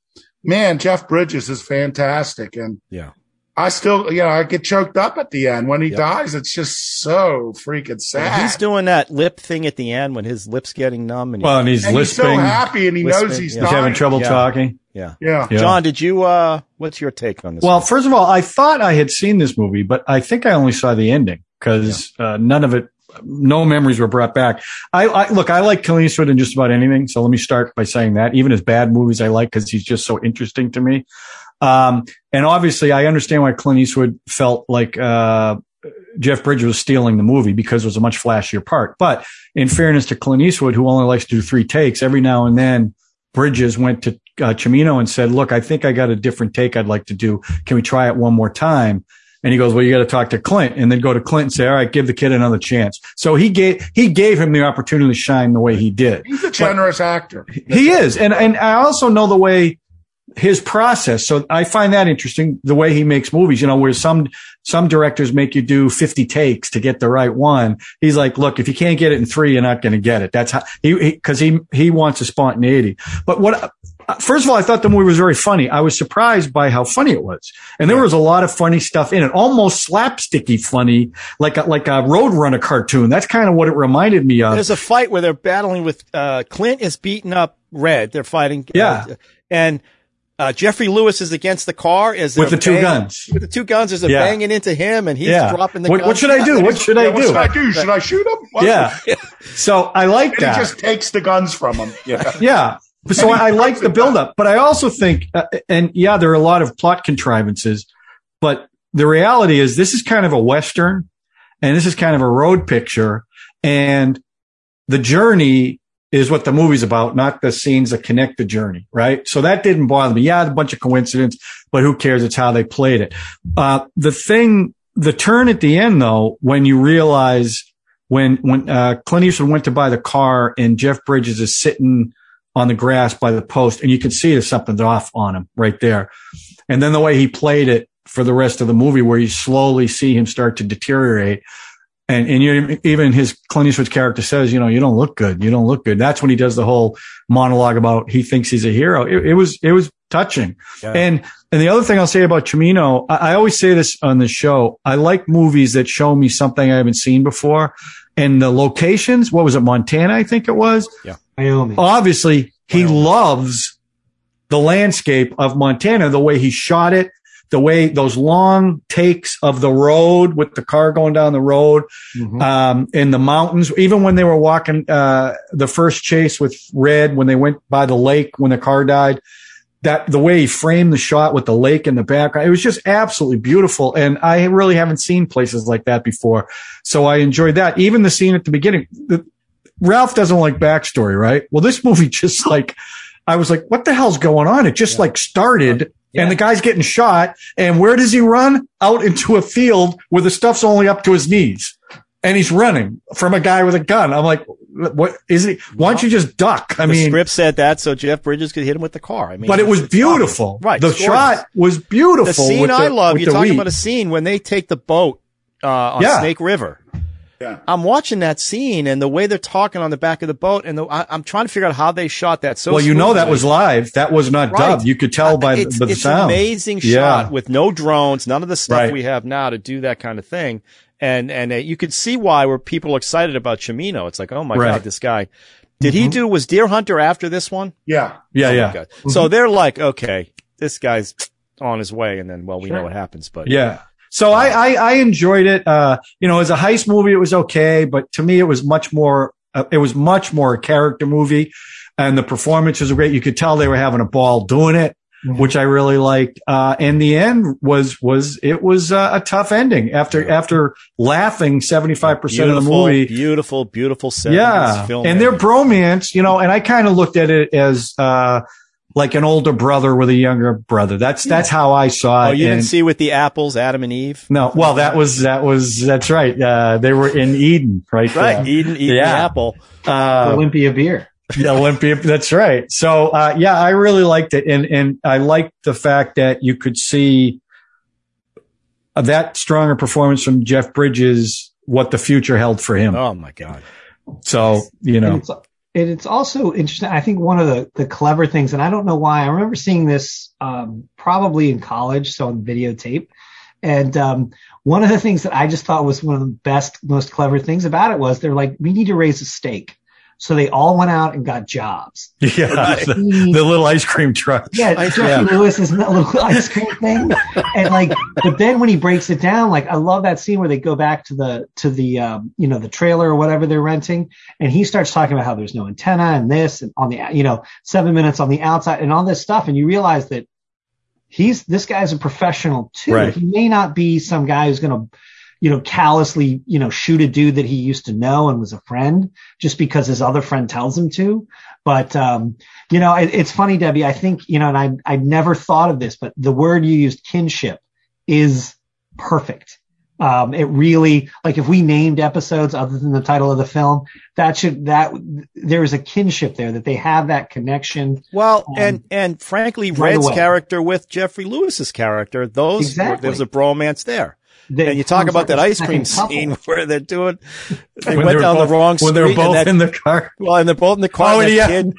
Speaker 4: man, Jeff Bridges is fantastic. And
Speaker 3: Yeah.
Speaker 4: I still, you know, I get choked up at the end when he
Speaker 3: Yep.
Speaker 4: dies. It's just so freaking sad.
Speaker 3: He's doing that lip thing at the end when his lips getting numb and he-
Speaker 6: Well, and he's
Speaker 4: and he's so
Speaker 6: lisping. He's,
Speaker 4: happy, and he
Speaker 3: Lisping,
Speaker 4: knows he's
Speaker 3: yeah.
Speaker 4: dying.
Speaker 6: having trouble
Speaker 3: Yeah.
Speaker 6: talking.
Speaker 3: yeah.
Speaker 4: Yeah,
Speaker 6: Yeah.
Speaker 3: John, did you? uh What's your take on this?
Speaker 6: Well,
Speaker 3: one?
Speaker 6: first of all, I thought I had seen this movie, but I think I only saw the ending because uh, none of it, no memories were brought back. I, I look, I like Clint Eastwood in just about anything, so let me start by saying that. Even his bad movies, I like because he's just so interesting to me. Um, and obviously, I understand why Clint Eastwood felt like uh, Jeff Bridges was stealing the movie because it was a much flashier part. But in fairness to Clint Eastwood, who only likes to do three takes, every now and then Bridges went to uh, Chimino and said, "Look, I think I got a different take I'd like to do. Can we try it one more time?" And he goes, "Well, you got to talk to Clint, and then go to Clint and say, all right, give the kid another chance.'" So he gave he gave him the opportunity to shine the way he did
Speaker 4: he's a generous actor.
Speaker 6: he is and and i also know the way his process so i find that interesting the way he makes movies you know where some some directors make you do 50 takes to get the right one he's like look if you can't get it in three you're not going to get it that's how he because he, he wants a spontaneity but what uh, first of all i thought the movie was very funny i was surprised by how funny it was and there was a lot of funny stuff in it almost slapsticky funny like a like a roadrunner cartoon that's kind of what it reminded me of
Speaker 3: There's a fight where they're battling with uh, Clint is beating up Red. They're fighting. uh,
Speaker 6: Yeah.
Speaker 3: and uh, Jeffrey Lewis is against the car. Is
Speaker 6: with the two guns
Speaker 3: With the two guns, is a
Speaker 6: Yeah.
Speaker 3: banging into him, and he's
Speaker 6: yeah.
Speaker 3: dropping the.
Speaker 6: what,
Speaker 3: gun.
Speaker 6: what should I do? What should I
Speaker 4: Yeah, what
Speaker 6: do?
Speaker 4: should I do? Should I shoot him? What?
Speaker 6: yeah. So I like
Speaker 4: and
Speaker 6: that.
Speaker 4: he just takes the guns from him. Yeah,
Speaker 6: yeah. So I, I like the buildup, but I also think, uh, and yeah, there are a lot of plot contrivances, but the reality is this is kind of a Western and this is kind of a road picture. And the journey is what the movie's about, not the scenes that connect the journey, right? So that didn't bother me. Yeah, a bunch of coincidence, but who cares? It's how they played it. Uh, the thing, the turn at the end though, when you realize when, when, uh, Clint Eastwood went to buy the car and Jeff Bridges is sitting on the grass by the post and you can see there's something off on him right there. And then the way he played it for the rest of the movie where you slowly see him start to deteriorate and and you, even his Clint Eastwood character says, you know, you don't look good. You don't look good. That's when he does the whole monologue about he thinks he's a hero. It, it was it was touching.
Speaker 3: Yeah.
Speaker 6: And and the other thing I'll say about Chimino, I, I always say this on the show. I like movies that show me something I haven't seen before. And the locations, what was it, Montana? I think it was.
Speaker 7: Wyoming.
Speaker 3: Um,
Speaker 6: Obviously, he loves the landscape of Montana, the way he shot it, the way those long takes of the road with the car going down the road
Speaker 7: Mhm.
Speaker 6: um, in the mountains. Even when they were walking uh, the first chase with Red, when they went by the lake when the car died, that the way he framed the shot with the lake in the background, it was just absolutely beautiful. And I really haven't seen places like that before, so I enjoyed that. Even the scene at the beginning, the, Ralph doesn't like backstory, right? Well, this movie just like. I was like, what the hell's going on? It just like started and the guy's getting shot. And where does he run? Out into a field where the stuff's only up to his knees and he's running from a guy with a gun. I'm like, what is he? Why don't you just duck? I
Speaker 3: The
Speaker 6: mean,
Speaker 3: script said that, so Jeff Bridges could hit him with the car. I mean,
Speaker 6: but it was
Speaker 3: it's
Speaker 6: beautiful.
Speaker 3: obvious. right?
Speaker 6: The
Speaker 3: it's gorgeous.
Speaker 6: shot was beautiful.
Speaker 3: the scene
Speaker 6: with
Speaker 3: I love.
Speaker 6: with
Speaker 3: You're
Speaker 6: the
Speaker 3: talking
Speaker 6: wheat.
Speaker 3: about a scene when they take the boat uh, on
Speaker 6: Yeah.
Speaker 3: Snake River,
Speaker 4: Yeah.
Speaker 3: I'm watching that scene and the way they're talking on the back of the boat, and the, I, I'm trying to figure out how they shot that. So
Speaker 6: well, you know that
Speaker 3: smoothly.
Speaker 6: was live. That was not
Speaker 3: Right.
Speaker 6: dubbed. You could tell by, the-
Speaker 3: it's,
Speaker 6: by the
Speaker 3: it's
Speaker 6: sound.
Speaker 3: an amazing
Speaker 6: Yeah.
Speaker 3: shot with no drones, none of the stuff
Speaker 6: Right.
Speaker 3: we have now to do that kind of thing. And and uh, you could see why where people are excited about Chimino. It's like, oh my
Speaker 6: Right.
Speaker 3: god, this guy. Did he
Speaker 6: Mhm.
Speaker 3: do was Deer Hunter after this one?
Speaker 4: Yeah.
Speaker 6: Yeah,
Speaker 3: Oh my
Speaker 6: yeah, Mm-hmm.
Speaker 3: God. So they're like, okay, this guy's on his way, and then well, we know
Speaker 7: Sure.
Speaker 3: what happens, but Um,
Speaker 6: yeah. So I, I I enjoyed it. Uh, you know, as a heist movie, it was okay, but to me, it was much more. Uh, it was much more a character movie, and the performances were great. You could tell they were having a ball doing it,
Speaker 3: Mm-hmm.
Speaker 7: Mhm.
Speaker 6: which I really liked. Uh, and the end was was it was uh, a tough ending after
Speaker 3: Yeah.
Speaker 6: after laughing seventy five percent of the
Speaker 3: Beautiful,
Speaker 6: movie.
Speaker 3: Beautiful, beautiful set.
Speaker 6: yeah
Speaker 3: film
Speaker 6: and their bromance you know and i kind of looked at it as uh like an older brother with a younger brother that's that's how i saw
Speaker 3: Oh,
Speaker 6: it
Speaker 3: you
Speaker 6: and-
Speaker 3: didn't see with the apples, Adam and Eve,
Speaker 6: no well that was that was that's right uh they were in eden right
Speaker 3: right?
Speaker 6: there.
Speaker 3: Eden eating the
Speaker 6: Yeah.
Speaker 3: apple.
Speaker 6: uh
Speaker 7: Olympia beer.
Speaker 6: yeah, Olympia. That's right. So, uh, yeah, I really liked it. And, and I liked the fact that you could see uh, that stronger performance from Jeff Bridges, what the future held for him.
Speaker 3: Oh my god.
Speaker 6: So, you
Speaker 7: And
Speaker 6: know,
Speaker 7: it's, and it's also interesting. I think one of the, the clever things, and I don't know why, I remember seeing this um, probably in college, so on videotape. And um, one of the things that I just thought was one of the best, most clever things about it was they're like, we need to raise the stake. So they all went out and got jobs.
Speaker 6: yeah, the, the little ice cream truck.
Speaker 7: Yeah,
Speaker 3: Ice
Speaker 7: Jeffrey Lewis is that little ice cream thing, and like, but then when he breaks it down, like I love that scene where they go back to the to the um, you know the trailer or whatever they're renting, and he starts talking about how there's no antenna and this and on the you know seven minutes on the outside and all this stuff, and you realize that he's this guy's a professional too.
Speaker 6: Right.
Speaker 7: He may not be some guy who's gonna you know, callously, you know, shoot a dude that he used to know and was a friend just because his other friend tells him to. But, um, you know, it, it's funny, Debbie. I think, you know, and I, I never thought of this, but the word you used, kinship, is perfect. Um, it really, like, if we named episodes other than the title of the film, that should, that there is a kinship there that they have that connection.
Speaker 3: Well,
Speaker 7: Um,
Speaker 3: and and frankly,
Speaker 7: right
Speaker 3: Red's
Speaker 7: away.
Speaker 3: character with Jeffrey Lewis's character, those
Speaker 7: Exactly.
Speaker 3: there's a bromance there.
Speaker 7: that
Speaker 3: and you talk
Speaker 7: comes
Speaker 3: about
Speaker 7: like
Speaker 3: that
Speaker 7: a
Speaker 3: ice cream
Speaker 7: second couple.
Speaker 3: scene where they're doing they
Speaker 6: When
Speaker 3: went
Speaker 6: were
Speaker 3: down
Speaker 6: both,
Speaker 3: the wrong street
Speaker 6: when they were both
Speaker 3: and that,
Speaker 6: in the car.
Speaker 3: well, and they're both in the car.
Speaker 6: Oh,
Speaker 3: and that
Speaker 6: yeah.
Speaker 3: kid,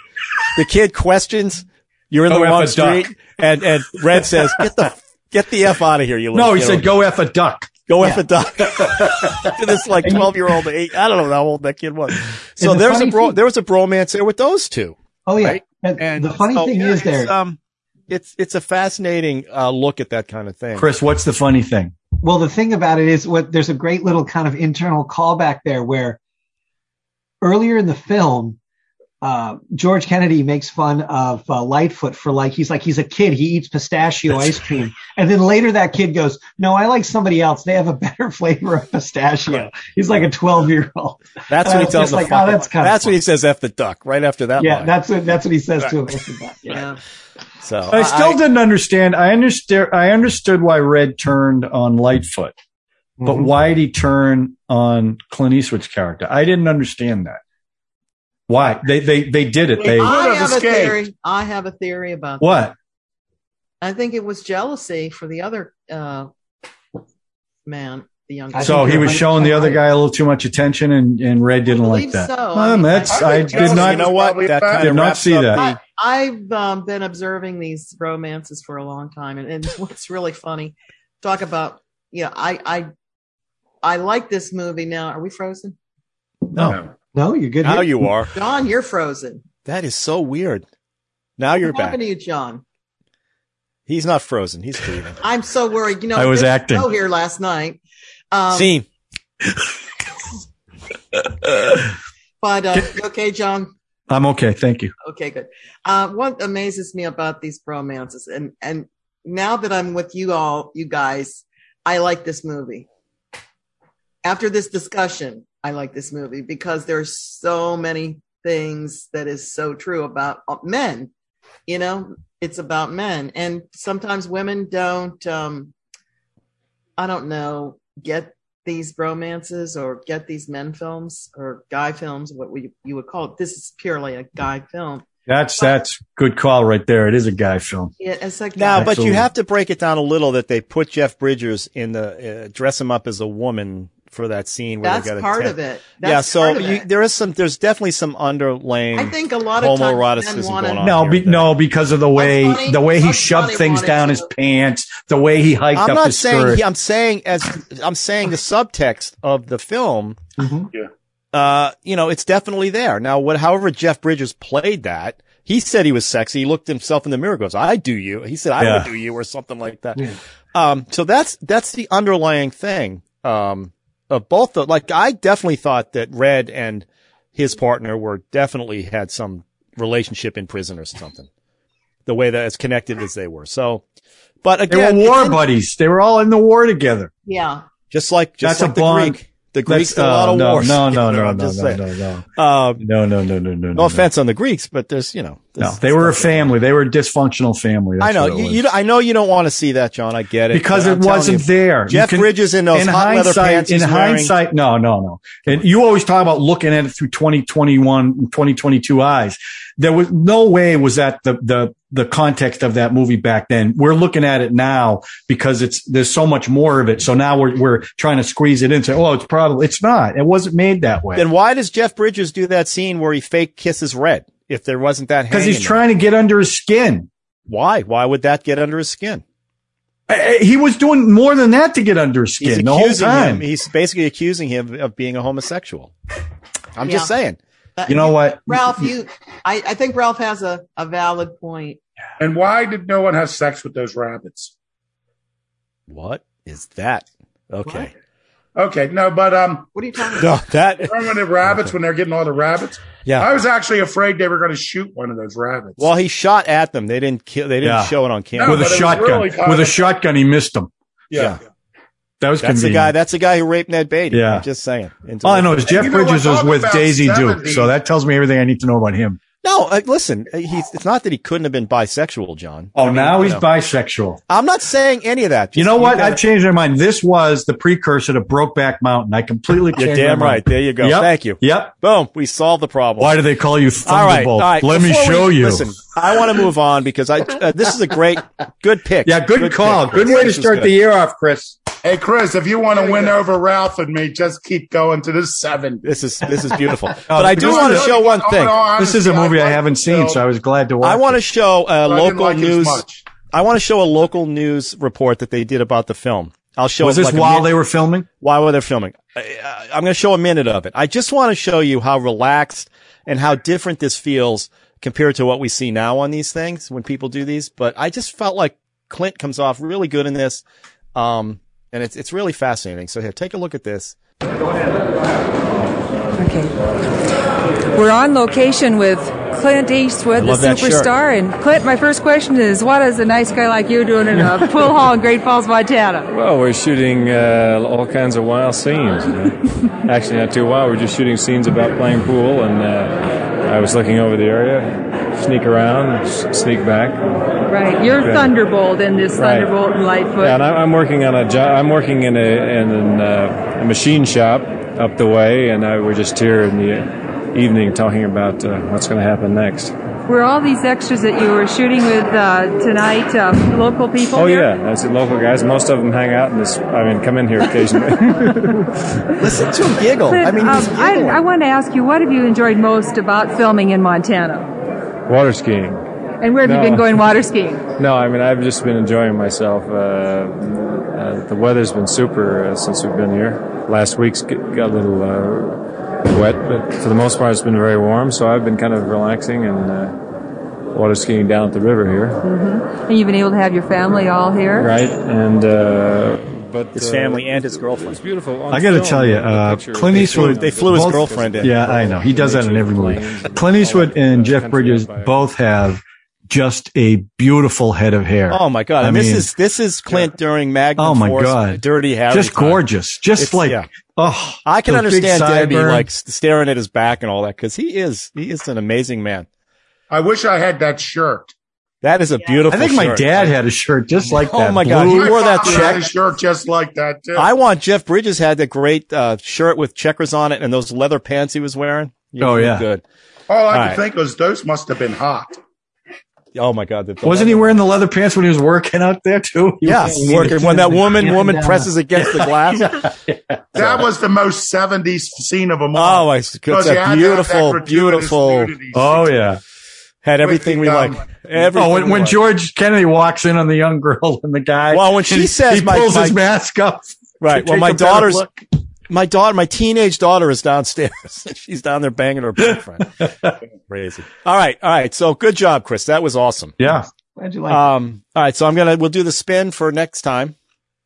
Speaker 3: the kid questions, "You're in
Speaker 6: Go
Speaker 3: the
Speaker 6: F
Speaker 3: wrong
Speaker 6: a duck.
Speaker 3: street," and and Red says, "Get the." Get the F out of here, you little
Speaker 6: No, he
Speaker 3: kid."
Speaker 6: said, "Go f a duck."
Speaker 3: Go
Speaker 7: Yeah.
Speaker 3: F a duck. to this like 12 year old, eight, I don't know how old that kid was. So
Speaker 7: the
Speaker 3: there's a
Speaker 7: funny
Speaker 3: bro,
Speaker 7: thing-
Speaker 3: there was a bromance there with those two.
Speaker 7: Oh, yeah.
Speaker 3: right?
Speaker 7: And
Speaker 3: And
Speaker 7: the funny
Speaker 3: so,
Speaker 7: thing
Speaker 3: yeah,
Speaker 7: is there.
Speaker 3: It's, um, it's, it's a fascinating, uh, look at that kind of thing.
Speaker 6: Chris, what's the funny thing?
Speaker 7: Well, the thing about it is what there's a great little kind of internal callback there where earlier in the film, uh, George Kennedy makes fun of uh, Lightfoot for like, he's like, he's a kid. He eats pistachio ice cream. And then later that kid goes, no, I like somebody else. They have a better flavor of pistachio. He's like a 12 year old.
Speaker 3: That's
Speaker 7: And I
Speaker 3: what he
Speaker 7: was
Speaker 3: tells
Speaker 7: just
Speaker 3: the
Speaker 7: like, oh,
Speaker 3: fucking-
Speaker 7: that's kinda
Speaker 3: what he
Speaker 7: funny.
Speaker 3: says F the duck right after that
Speaker 7: Yeah.
Speaker 3: line.
Speaker 7: That's what, that's what he says to him. Yeah.
Speaker 5: Yeah.
Speaker 3: so
Speaker 6: I still didn't understand. I understood. I understood why Red turned on Lightfoot, but
Speaker 3: Mm-hmm.
Speaker 7: Mhm.
Speaker 6: why did he turn on Clint Eastwood's character? I didn't understand that. Why they they they did it? They
Speaker 4: Would
Speaker 5: I
Speaker 4: have
Speaker 5: have a
Speaker 4: escaped.
Speaker 5: theory. I have a theory about that.
Speaker 6: what?
Speaker 5: I think it was jealousy for the other uh, man, the young.
Speaker 7: I
Speaker 6: So
Speaker 7: think
Speaker 6: he
Speaker 7: you're
Speaker 6: was showing the other guy a little too much attention, and and Red didn't
Speaker 5: I
Speaker 6: like
Speaker 5: believe
Speaker 6: that.
Speaker 5: so. I
Speaker 6: Um,
Speaker 5: mean,
Speaker 6: that's
Speaker 4: I
Speaker 6: I
Speaker 4: think
Speaker 6: did
Speaker 4: Chelsea
Speaker 3: you
Speaker 6: not.
Speaker 3: know what? That kind
Speaker 6: Did
Speaker 3: of
Speaker 6: not
Speaker 3: wraps
Speaker 6: see
Speaker 3: up
Speaker 6: that.
Speaker 3: the-
Speaker 5: I've um, been observing these romances for a long time, and, and what's really funny, talk about yeah, I I I like this movie now. Are we frozen,
Speaker 6: No,
Speaker 7: No, you're good.
Speaker 3: now
Speaker 7: here.
Speaker 3: you are.
Speaker 5: John? You're frozen.
Speaker 3: That is so weird.
Speaker 6: Oh,
Speaker 3: Now you're
Speaker 5: what
Speaker 3: back.
Speaker 5: happened to you, John?
Speaker 3: He's not frozen. He's breathing.
Speaker 5: I'm so worried. You know,
Speaker 6: I was
Speaker 5: there's a
Speaker 6: acting.
Speaker 5: show here last night. Um,
Speaker 3: Scene.
Speaker 5: but uh, you okay, John.
Speaker 6: I'm okay. Thank you.
Speaker 5: Okay, good. Uh, what amazes me about these bromances, and and now that I'm with you all, you guys, I like this movie. After this discussion, I like this movie because there's so many things that is so true about uh, men. You know, it's about men, and sometimes women don't. Um, I don't know. Get these bromances or get these men films or guy films, what we, you would call it. This is purely a guy film.
Speaker 6: That's that's good call right there. It is a guy film.
Speaker 5: Yeah, it's like
Speaker 3: Now, but
Speaker 6: Absolutely.
Speaker 3: you have to break it down a little that they put Jeff Bridgers in the, uh, dress him up as a woman for that scene where
Speaker 5: That's
Speaker 3: they got
Speaker 5: part
Speaker 3: attacked.
Speaker 5: of it.
Speaker 3: yeah,
Speaker 5: That's
Speaker 3: so
Speaker 5: part of
Speaker 3: you,
Speaker 5: it.
Speaker 3: there is some. There's definitely some underlaying.
Speaker 5: I think a lot of times men
Speaker 3: homoeroticism
Speaker 5: want
Speaker 3: going
Speaker 5: to
Speaker 3: on
Speaker 6: No,
Speaker 3: here
Speaker 6: be,
Speaker 3: that-
Speaker 6: no, because of the way
Speaker 5: Bugs Bunny-
Speaker 6: the way he
Speaker 5: Bugs
Speaker 6: shoved
Speaker 5: Bunny
Speaker 6: things
Speaker 5: wanted
Speaker 6: down
Speaker 5: to-
Speaker 6: his pants, the way he hiked
Speaker 3: I'm
Speaker 6: up
Speaker 3: not
Speaker 6: his
Speaker 3: saying.
Speaker 6: skirt.
Speaker 3: He, I'm saying as I'm saying the subtext of the film.
Speaker 7: Mhm.
Speaker 4: Yeah.
Speaker 3: Uh, you know, it's definitely there. Now, what, however, Jeff Bridges played that. He said he was sexy. He looked himself in the mirror, goes, "I do you." He said, "I
Speaker 6: Yeah.
Speaker 3: would do you," or something like that.
Speaker 7: Yeah.
Speaker 3: Um, so that's that's the underlying thing. Um, of both the like, I definitely thought that Red and his partner were definitely had some relationship in prison or something. The way that as connected as they were. So, but
Speaker 6: They
Speaker 3: again,
Speaker 6: were
Speaker 3: it's
Speaker 6: war
Speaker 3: in-
Speaker 6: buddies. They were all in the war together.
Speaker 5: Yeah.
Speaker 3: just like just
Speaker 6: That's a
Speaker 3: like the
Speaker 6: bond.
Speaker 3: Greek. The
Speaker 6: That's-
Speaker 3: Greeks did a lot
Speaker 6: uh,
Speaker 3: of
Speaker 6: no,
Speaker 3: wars.
Speaker 6: No, no,
Speaker 3: together,
Speaker 6: no,
Speaker 3: I'm
Speaker 6: no,
Speaker 3: just
Speaker 6: no,
Speaker 3: saying.
Speaker 6: no, no,
Speaker 3: Um,
Speaker 6: no, no, no, no, no.
Speaker 3: no offense on the Greeks, but there's you know
Speaker 6: No,
Speaker 3: there's-
Speaker 6: they were a family. They were a dysfunctional family. That's
Speaker 3: I know
Speaker 6: what it
Speaker 3: you,
Speaker 6: was.
Speaker 3: you. don't- I know you don't want to see that, John. I get it
Speaker 6: because
Speaker 3: but
Speaker 6: it
Speaker 3: I'm telling
Speaker 6: wasn't
Speaker 3: you,
Speaker 6: there. You
Speaker 3: Jeff
Speaker 6: can-
Speaker 3: Bridges in those
Speaker 6: in
Speaker 3: hot leather
Speaker 6: hindsight,
Speaker 3: pants.
Speaker 6: in
Speaker 3: he's wearing-
Speaker 6: hindsight, no, no, no. And you always talk about looking at it through 2021, 2022 eyes. There was no way was that the, the, the context of that movie back then. We're looking at it now because it's, there's so much more of it. So now we're, we're trying to squeeze it in. Say, oh, it's probably, it's not. It wasn't made that way.
Speaker 3: then why does Jeff Bridges do that scene where he fake kisses Red? If there wasn't that,
Speaker 6: Because
Speaker 3: hanging
Speaker 6: he's
Speaker 3: there?
Speaker 6: trying to get under his skin.
Speaker 3: Why? Why would that get under his skin?
Speaker 6: Eh, eh, He was doing more than that to get under his
Speaker 3: He's
Speaker 6: skin the whole
Speaker 3: accusing
Speaker 6: time.
Speaker 3: him. He's basically accusing him of being a homosexual. I'm just
Speaker 5: Yeah.
Speaker 3: saying.
Speaker 5: That-
Speaker 6: You know what?
Speaker 5: Ralph, you, I, I think Ralph has a, a valid point.
Speaker 4: And why did no one have sex with those rabbits?
Speaker 3: What is that? Okay.
Speaker 4: Okay, no, but um,
Speaker 5: What are you talking about?
Speaker 3: No, that.
Speaker 4: remember when the rabbits when they're getting all the rabbits?
Speaker 3: Yeah.
Speaker 4: I was actually afraid they were going to shoot one of those rabbits.
Speaker 3: Well, he shot at them. They didn't kill. They didn't
Speaker 6: Yeah.
Speaker 3: show it on camera.
Speaker 4: No,
Speaker 6: with a
Speaker 4: but it was
Speaker 6: shotgun.
Speaker 4: really kind
Speaker 6: with a
Speaker 4: of-
Speaker 6: shotgun, he missed him. That
Speaker 3: That's
Speaker 6: was
Speaker 3: the guy.
Speaker 6: convenient.
Speaker 3: That's the guy who raped Ned Beatty.
Speaker 6: Yeah.
Speaker 3: I'm just saying. And-
Speaker 6: All I know is Jeff
Speaker 4: you know
Speaker 6: Bridges
Speaker 4: what?
Speaker 6: was
Speaker 4: I'm
Speaker 6: with
Speaker 4: about
Speaker 6: Daisy
Speaker 4: 70.
Speaker 6: Duke, so that tells me everything I need to know about him.
Speaker 3: No, uh, listen. uh, He's. It's not that he couldn't have been bisexual, John.
Speaker 6: Oh,
Speaker 3: I mean,
Speaker 6: now
Speaker 3: you
Speaker 6: he's
Speaker 3: know.
Speaker 6: bisexual.
Speaker 3: I'm not saying any of that.
Speaker 6: You
Speaker 3: Just-
Speaker 6: know what?
Speaker 3: gotta-
Speaker 6: I've changed my mind. This was the precursor to Brokeback Mountain. I completely changed
Speaker 3: You're
Speaker 6: my
Speaker 3: damn
Speaker 6: mind.
Speaker 3: right. There you go.
Speaker 6: Yep.
Speaker 3: Thank you.
Speaker 6: Yep.
Speaker 3: Boom. We solved the problem.
Speaker 6: Why do they call you Thunderbolt?
Speaker 3: all right, all right.
Speaker 6: Let
Speaker 3: Before
Speaker 6: me show
Speaker 3: we,
Speaker 6: you.
Speaker 3: Listen, I want to move on because I uh, this is a great, good pick.
Speaker 6: yeah, good, call.
Speaker 3: pick,
Speaker 6: Good
Speaker 3: Chris.
Speaker 6: way to
Speaker 3: This was
Speaker 6: start
Speaker 3: good.
Speaker 6: the year off, Chris.
Speaker 4: Hey, Chris, if you want to win over Ralph and me, just keep going to the seven.
Speaker 3: This is this is beautiful. but I do want to
Speaker 4: Really,
Speaker 3: show one
Speaker 4: in
Speaker 3: thing.
Speaker 4: all
Speaker 6: This
Speaker 4: honesty,
Speaker 6: is a movie I
Speaker 4: liked
Speaker 6: haven't
Speaker 4: the
Speaker 6: seen,
Speaker 4: film,
Speaker 6: so I was glad to watch.
Speaker 3: I want
Speaker 6: it.
Speaker 3: to show a
Speaker 4: but I didn't
Speaker 3: local
Speaker 4: like it as
Speaker 3: news.
Speaker 4: much.
Speaker 3: I want to show a local news report that they did about the film. I'll show.
Speaker 6: Was
Speaker 3: it
Speaker 6: this
Speaker 3: like a
Speaker 6: while
Speaker 3: minute-
Speaker 6: they were filming?
Speaker 3: while they're filming. I, I, I'm going to show a minute of it. I just want to show you how relaxed and how different this feels compared to what we see now on these things when people do these. But I just felt like Clint comes off really good in this. Um, and it's, it's really fascinating. So here, take a look at this.
Speaker 8: Okay. We're on location with Clint Eastwood, the
Speaker 3: love that shirt.
Speaker 8: superstar. And Clint, my first question is what is a nice guy like you doing in a pool hall in Great Falls, Montana?
Speaker 9: Well, we're shooting uh, all kinds of wild scenes. you know. Actually, not too wild. We're just shooting scenes about playing pool, and uh, I was looking over the area, sneak around, s- sneak back.
Speaker 8: Right. You're
Speaker 9: Yeah.
Speaker 8: Thunderbolt in this
Speaker 9: Right.
Speaker 8: Thunderbolt and Lightfoot.
Speaker 9: Yeah, and I- I'm working on a job. I'm working in a in an, uh, a machine shop up the way, and I, we're just here in the evening talking about uh, what's going to happen next.
Speaker 8: Were all these extras that you were shooting with uh, tonight uh, local people?
Speaker 9: Oh
Speaker 8: here?
Speaker 9: yeah, that's the local guys. Most of them hang out in this. I mean, come in here occasionally.
Speaker 3: Listen to him giggle.
Speaker 8: Clint,
Speaker 3: I mean,
Speaker 8: um,
Speaker 3: he's
Speaker 8: I,
Speaker 3: giggling.
Speaker 8: I want to ask you, what have you enjoyed most about filming in Montana?
Speaker 9: Water skiing.
Speaker 8: And where have
Speaker 9: No.
Speaker 8: you been going water skiing?
Speaker 9: No, I mean I've just been enjoying myself. Uh, uh, the weather's been super uh, since we've been here. Last week's g- got a little uh, wet, but for the most part it's been very warm. So I've been kind of relaxing and uh, water skiing down at the river here,
Speaker 8: And you've been able to have your family all here?
Speaker 9: right? And uh, but
Speaker 3: his
Speaker 9: uh,
Speaker 3: family and his
Speaker 9: It's
Speaker 3: girlfriend.
Speaker 9: beautiful.
Speaker 6: I gotta tell you, uh, Clint Eastwood-
Speaker 3: They flew his
Speaker 6: Both-
Speaker 3: girlfriend in. uh,
Speaker 6: Yeah, I know. He does that in every movie. Clint Eastwood and Jeff Bridges both have just a beautiful head of hair.
Speaker 3: Oh my God.
Speaker 6: I
Speaker 3: and this
Speaker 6: mean,
Speaker 3: is, this is Clint during Magnum
Speaker 6: Oh, my
Speaker 3: Force,
Speaker 6: God.
Speaker 3: Dirty Harry.
Speaker 6: just
Speaker 3: time.
Speaker 6: gorgeous. Just
Speaker 3: It's-
Speaker 6: like,
Speaker 3: yeah.
Speaker 6: oh,
Speaker 3: I can
Speaker 6: those big
Speaker 3: understand Debbie
Speaker 6: sideburns.
Speaker 3: like s- staring at his back and all that because he is, he is an amazing man.
Speaker 4: I wish I had that shirt.
Speaker 3: That is a
Speaker 6: I
Speaker 3: beautiful.
Speaker 6: think my
Speaker 3: shirt.
Speaker 6: dad had a shirt just like
Speaker 3: Oh
Speaker 6: that.
Speaker 3: my God,
Speaker 6: blue-
Speaker 3: He wore
Speaker 4: My
Speaker 3: that
Speaker 4: father had
Speaker 3: check-
Speaker 4: a shirt just like that too.
Speaker 3: I want Jeff Bridges had that great uh, shirt with checkers on it and those leather pants he was wearing. You
Speaker 6: Oh,
Speaker 3: look
Speaker 6: yeah.
Speaker 3: good.
Speaker 4: All I
Speaker 3: All
Speaker 4: could
Speaker 3: right.
Speaker 4: think was those must have been hot.
Speaker 3: Oh my God. the- the
Speaker 6: Wasn't he
Speaker 3: leather-
Speaker 6: wearing the leather pants when he was working out there too? He
Speaker 3: Yeah,
Speaker 6: was getting
Speaker 3: working
Speaker 6: heated
Speaker 3: when
Speaker 6: in
Speaker 3: that
Speaker 6: the-
Speaker 3: woman
Speaker 7: Yeah,
Speaker 3: woman
Speaker 7: yeah.
Speaker 3: presses against the glass.
Speaker 4: That was the most 70s scene of them all.
Speaker 3: Oh, my
Speaker 4: Because
Speaker 3: god,
Speaker 4: you had
Speaker 3: a
Speaker 4: to
Speaker 3: beautiful,
Speaker 4: have that gratuitous
Speaker 3: beautiful.
Speaker 4: nudity
Speaker 6: Oh
Speaker 4: scene.
Speaker 6: yeah.
Speaker 3: Had everything
Speaker 4: With
Speaker 3: we
Speaker 4: the,
Speaker 3: like.
Speaker 4: um,
Speaker 3: Everything
Speaker 6: Oh, when,
Speaker 3: we
Speaker 6: when
Speaker 3: like.
Speaker 6: George Kennedy walks in on the young girl and the guy.
Speaker 3: Well, when she
Speaker 6: he-
Speaker 3: says
Speaker 6: he
Speaker 3: my-
Speaker 6: pulls his
Speaker 3: my-
Speaker 6: mask up.
Speaker 3: Right.
Speaker 6: to
Speaker 3: Well,
Speaker 6: take
Speaker 3: my
Speaker 6: a better
Speaker 3: daughter's-
Speaker 6: look.
Speaker 3: my daughter, my teenage daughter, is downstairs. She's down there banging her boyfriend. Crazy. All right, all right. So good job, Chris. That was awesome.
Speaker 6: Yeah.
Speaker 7: Glad you like it.
Speaker 3: Um. All right. So I'm gonna we'll do the spin for next time.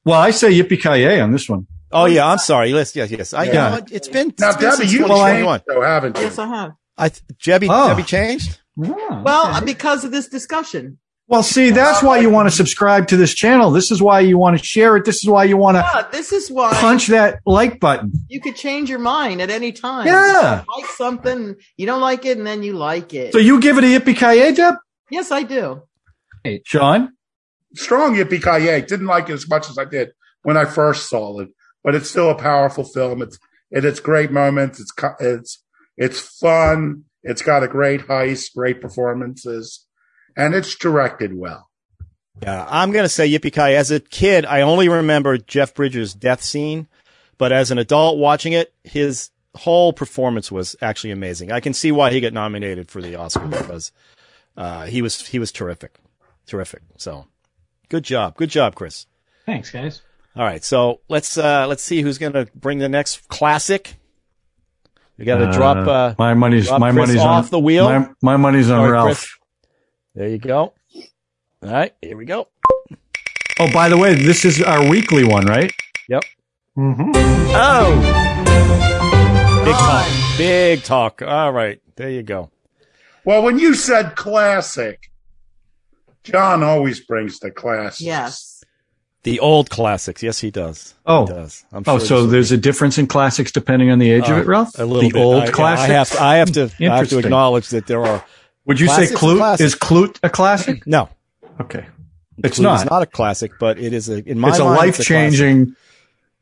Speaker 6: Well, I say yippee ki yay on this one.
Speaker 3: Oh yeah, I'm sorry. Yes, yes, yes. I, you
Speaker 6: Yeah.
Speaker 3: know what? it's been, it's
Speaker 4: Now,
Speaker 3: been
Speaker 4: Debbie,
Speaker 3: since
Speaker 4: you
Speaker 3: 2021.
Speaker 4: changed, though, haven't you?
Speaker 5: Yes, I have.
Speaker 3: I th- Debbie,
Speaker 6: Oh.
Speaker 3: Debbie changed.
Speaker 5: Well, because of this discussion.
Speaker 6: Well, see, that's why you want to subscribe to this channel. This is why you want to share it. This is why you want to
Speaker 5: Yeah, this is why
Speaker 6: punch that like button.
Speaker 5: you could change your mind at any time. You
Speaker 6: Yeah.
Speaker 5: like something, you don't like it, and then you like it.
Speaker 6: So you give it a yippee ki yay, Deb?
Speaker 5: yes, I do.
Speaker 6: Sean?
Speaker 4: Strong Yippee Ki Yay. Didn't like it as much as I did when I first saw it, but it's still a powerful film. It's it, it's great moments. It's co- it's it's fun. It's got a great heist, great performances, and it's directed well.
Speaker 3: Yeah, I'm gonna say yippee ki As a kid, I only remember Jeff Bridges' death scene, but as an adult watching it, his whole performance was actually amazing. I can see why he got nominated for the Oscar because uh, he was he was terrific, terrific. So, good job, good job, Chris.
Speaker 7: Thanks, guys.
Speaker 3: All right, so let's uh, let's see who's gonna bring the next classic. We got to drop. Uh,
Speaker 6: my money's
Speaker 3: drop
Speaker 6: my
Speaker 3: Chris
Speaker 6: money's
Speaker 3: off
Speaker 6: on,
Speaker 3: the wheel.
Speaker 6: My, my money's on
Speaker 3: Sorry,
Speaker 6: Ralph.
Speaker 3: Chris. there you go. All right, here we go.
Speaker 6: Oh, by the way, this is our weekly one, right?
Speaker 3: Yep.
Speaker 6: Mm-hmm.
Speaker 3: Oh. Big talk. Big talk. All right. There you go.
Speaker 4: Well, when you said classic, John always brings the classics.
Speaker 5: Yes.
Speaker 3: The old classics. Yes, he does.
Speaker 6: Oh.
Speaker 3: He does. I'm
Speaker 6: Oh,
Speaker 3: sure
Speaker 6: so
Speaker 3: this-
Speaker 6: there's a difference in classics depending on the age of
Speaker 3: Uh,
Speaker 6: it, Ralph.
Speaker 3: a little
Speaker 6: the
Speaker 3: bit.
Speaker 6: old
Speaker 3: I,
Speaker 6: classics.
Speaker 3: I have to, I have to, I have to
Speaker 6: Interesting.
Speaker 3: acknowledge that there are.
Speaker 6: Would you say
Speaker 3: Classics are
Speaker 6: Clute
Speaker 3: classics.
Speaker 6: is Clute a classic?
Speaker 3: No,
Speaker 6: Okay, it's
Speaker 3: Clue
Speaker 6: not.
Speaker 3: is not a classic, but it is a, in my
Speaker 6: it's a
Speaker 3: mind,
Speaker 6: life changing,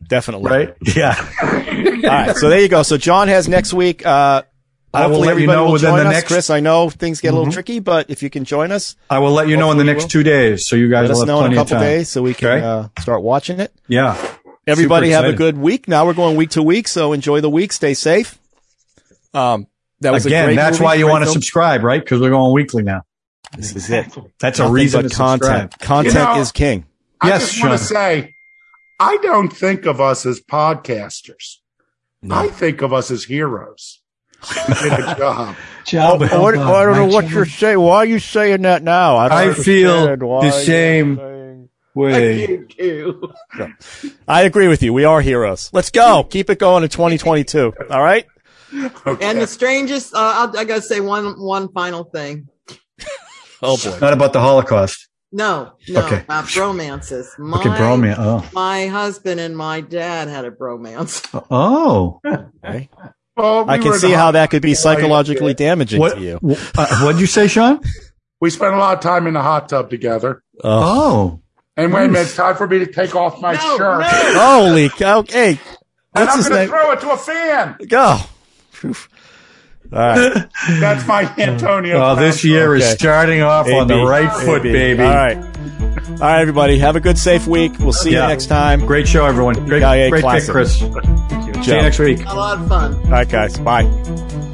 Speaker 3: classic. Definitely.
Speaker 6: right? Yeah.
Speaker 3: All right. So there you go. So John has next week. Uh,
Speaker 6: I will
Speaker 3: hopefully
Speaker 6: let you
Speaker 3: everybody
Speaker 6: know
Speaker 3: will
Speaker 6: within
Speaker 3: join
Speaker 6: the
Speaker 3: us.
Speaker 6: next-
Speaker 3: Chris, I know things get a little
Speaker 6: Mhm.
Speaker 3: tricky, but if you can join us,
Speaker 6: I will let you know in the
Speaker 3: Hopefully
Speaker 6: next
Speaker 3: we
Speaker 6: two days, so you guys
Speaker 3: let us
Speaker 6: will have
Speaker 3: know in
Speaker 6: plenty
Speaker 3: a
Speaker 6: of
Speaker 3: couple
Speaker 6: time.
Speaker 3: days so we can
Speaker 6: Okay.
Speaker 3: uh, start watching it.
Speaker 6: Yeah.
Speaker 3: Everybody
Speaker 6: Super
Speaker 3: have a
Speaker 6: excited.
Speaker 3: good week. Now we're going week to week, so enjoy the week. Stay safe. Um, that was a
Speaker 6: Again,
Speaker 3: great
Speaker 6: that's
Speaker 3: movie,
Speaker 6: why you
Speaker 3: great
Speaker 6: want to
Speaker 3: film.
Speaker 6: subscribe, right? Because we're going weekly now.
Speaker 3: This is it.
Speaker 6: That's
Speaker 3: Nothing
Speaker 6: a reason to
Speaker 3: but content.
Speaker 6: subscribe.
Speaker 3: Content
Speaker 4: You know-
Speaker 3: is king.
Speaker 4: I
Speaker 6: Yes,
Speaker 4: just want to
Speaker 6: Sean.
Speaker 4: say, I don't think of us as podcasters. I think of us as heroes. We did a job.
Speaker 6: Oh,
Speaker 3: Oh,
Speaker 7: Job well done, my children.
Speaker 3: saying. Why are you saying that now?
Speaker 6: I feel the same way.
Speaker 5: You too.
Speaker 3: I agree with you. We are heroes. Let's go. Keep it going in 2022. All right.
Speaker 5: And the strangest, uh, I'll, I gotta say one one final thing.
Speaker 3: Oh boy.
Speaker 6: Not about the Holocaust.
Speaker 5: No, no,
Speaker 6: Okay.
Speaker 5: about bromances. My,
Speaker 6: Okay, bromance. Oh.
Speaker 5: My husband and my dad had a bromance.
Speaker 6: Oh,
Speaker 3: Okay.
Speaker 4: Well, we
Speaker 3: I can
Speaker 4: were
Speaker 3: see
Speaker 4: the-
Speaker 3: how that could be psychologically damaging
Speaker 6: what?
Speaker 3: to you.
Speaker 6: wh- uh, what'd you say, Sean?
Speaker 4: we spent a lot of time in the hot tub together.
Speaker 3: Oh.
Speaker 6: Oh,
Speaker 4: And wait a minute, it's time for me to take off my
Speaker 5: No,
Speaker 4: shirt.
Speaker 5: no.
Speaker 3: Holy cow. Hey,
Speaker 4: And
Speaker 3: what's
Speaker 4: I'm
Speaker 3: his
Speaker 4: going to
Speaker 3: name?
Speaker 4: throw it to a fan.
Speaker 3: Go. Oof. All right.
Speaker 4: That's my Antonio.
Speaker 3: Oh,
Speaker 6: well, Oh, this
Speaker 4: Brown
Speaker 6: year is
Speaker 3: Okay.
Speaker 6: starting off on the
Speaker 3: AB.
Speaker 6: right foot,
Speaker 3: AB.
Speaker 6: baby.
Speaker 3: All right. All right, everybody. Have a good, safe week. We'll see
Speaker 6: Yeah.
Speaker 3: you next time.
Speaker 6: Great show, everyone. Great,
Speaker 3: Yeah, yeah,
Speaker 6: great pick,
Speaker 3: classic.
Speaker 6: Chris. See you
Speaker 3: job.
Speaker 6: next week.
Speaker 5: A lot of fun.
Speaker 3: All right, guys. Bye.
Speaker 5: Bye.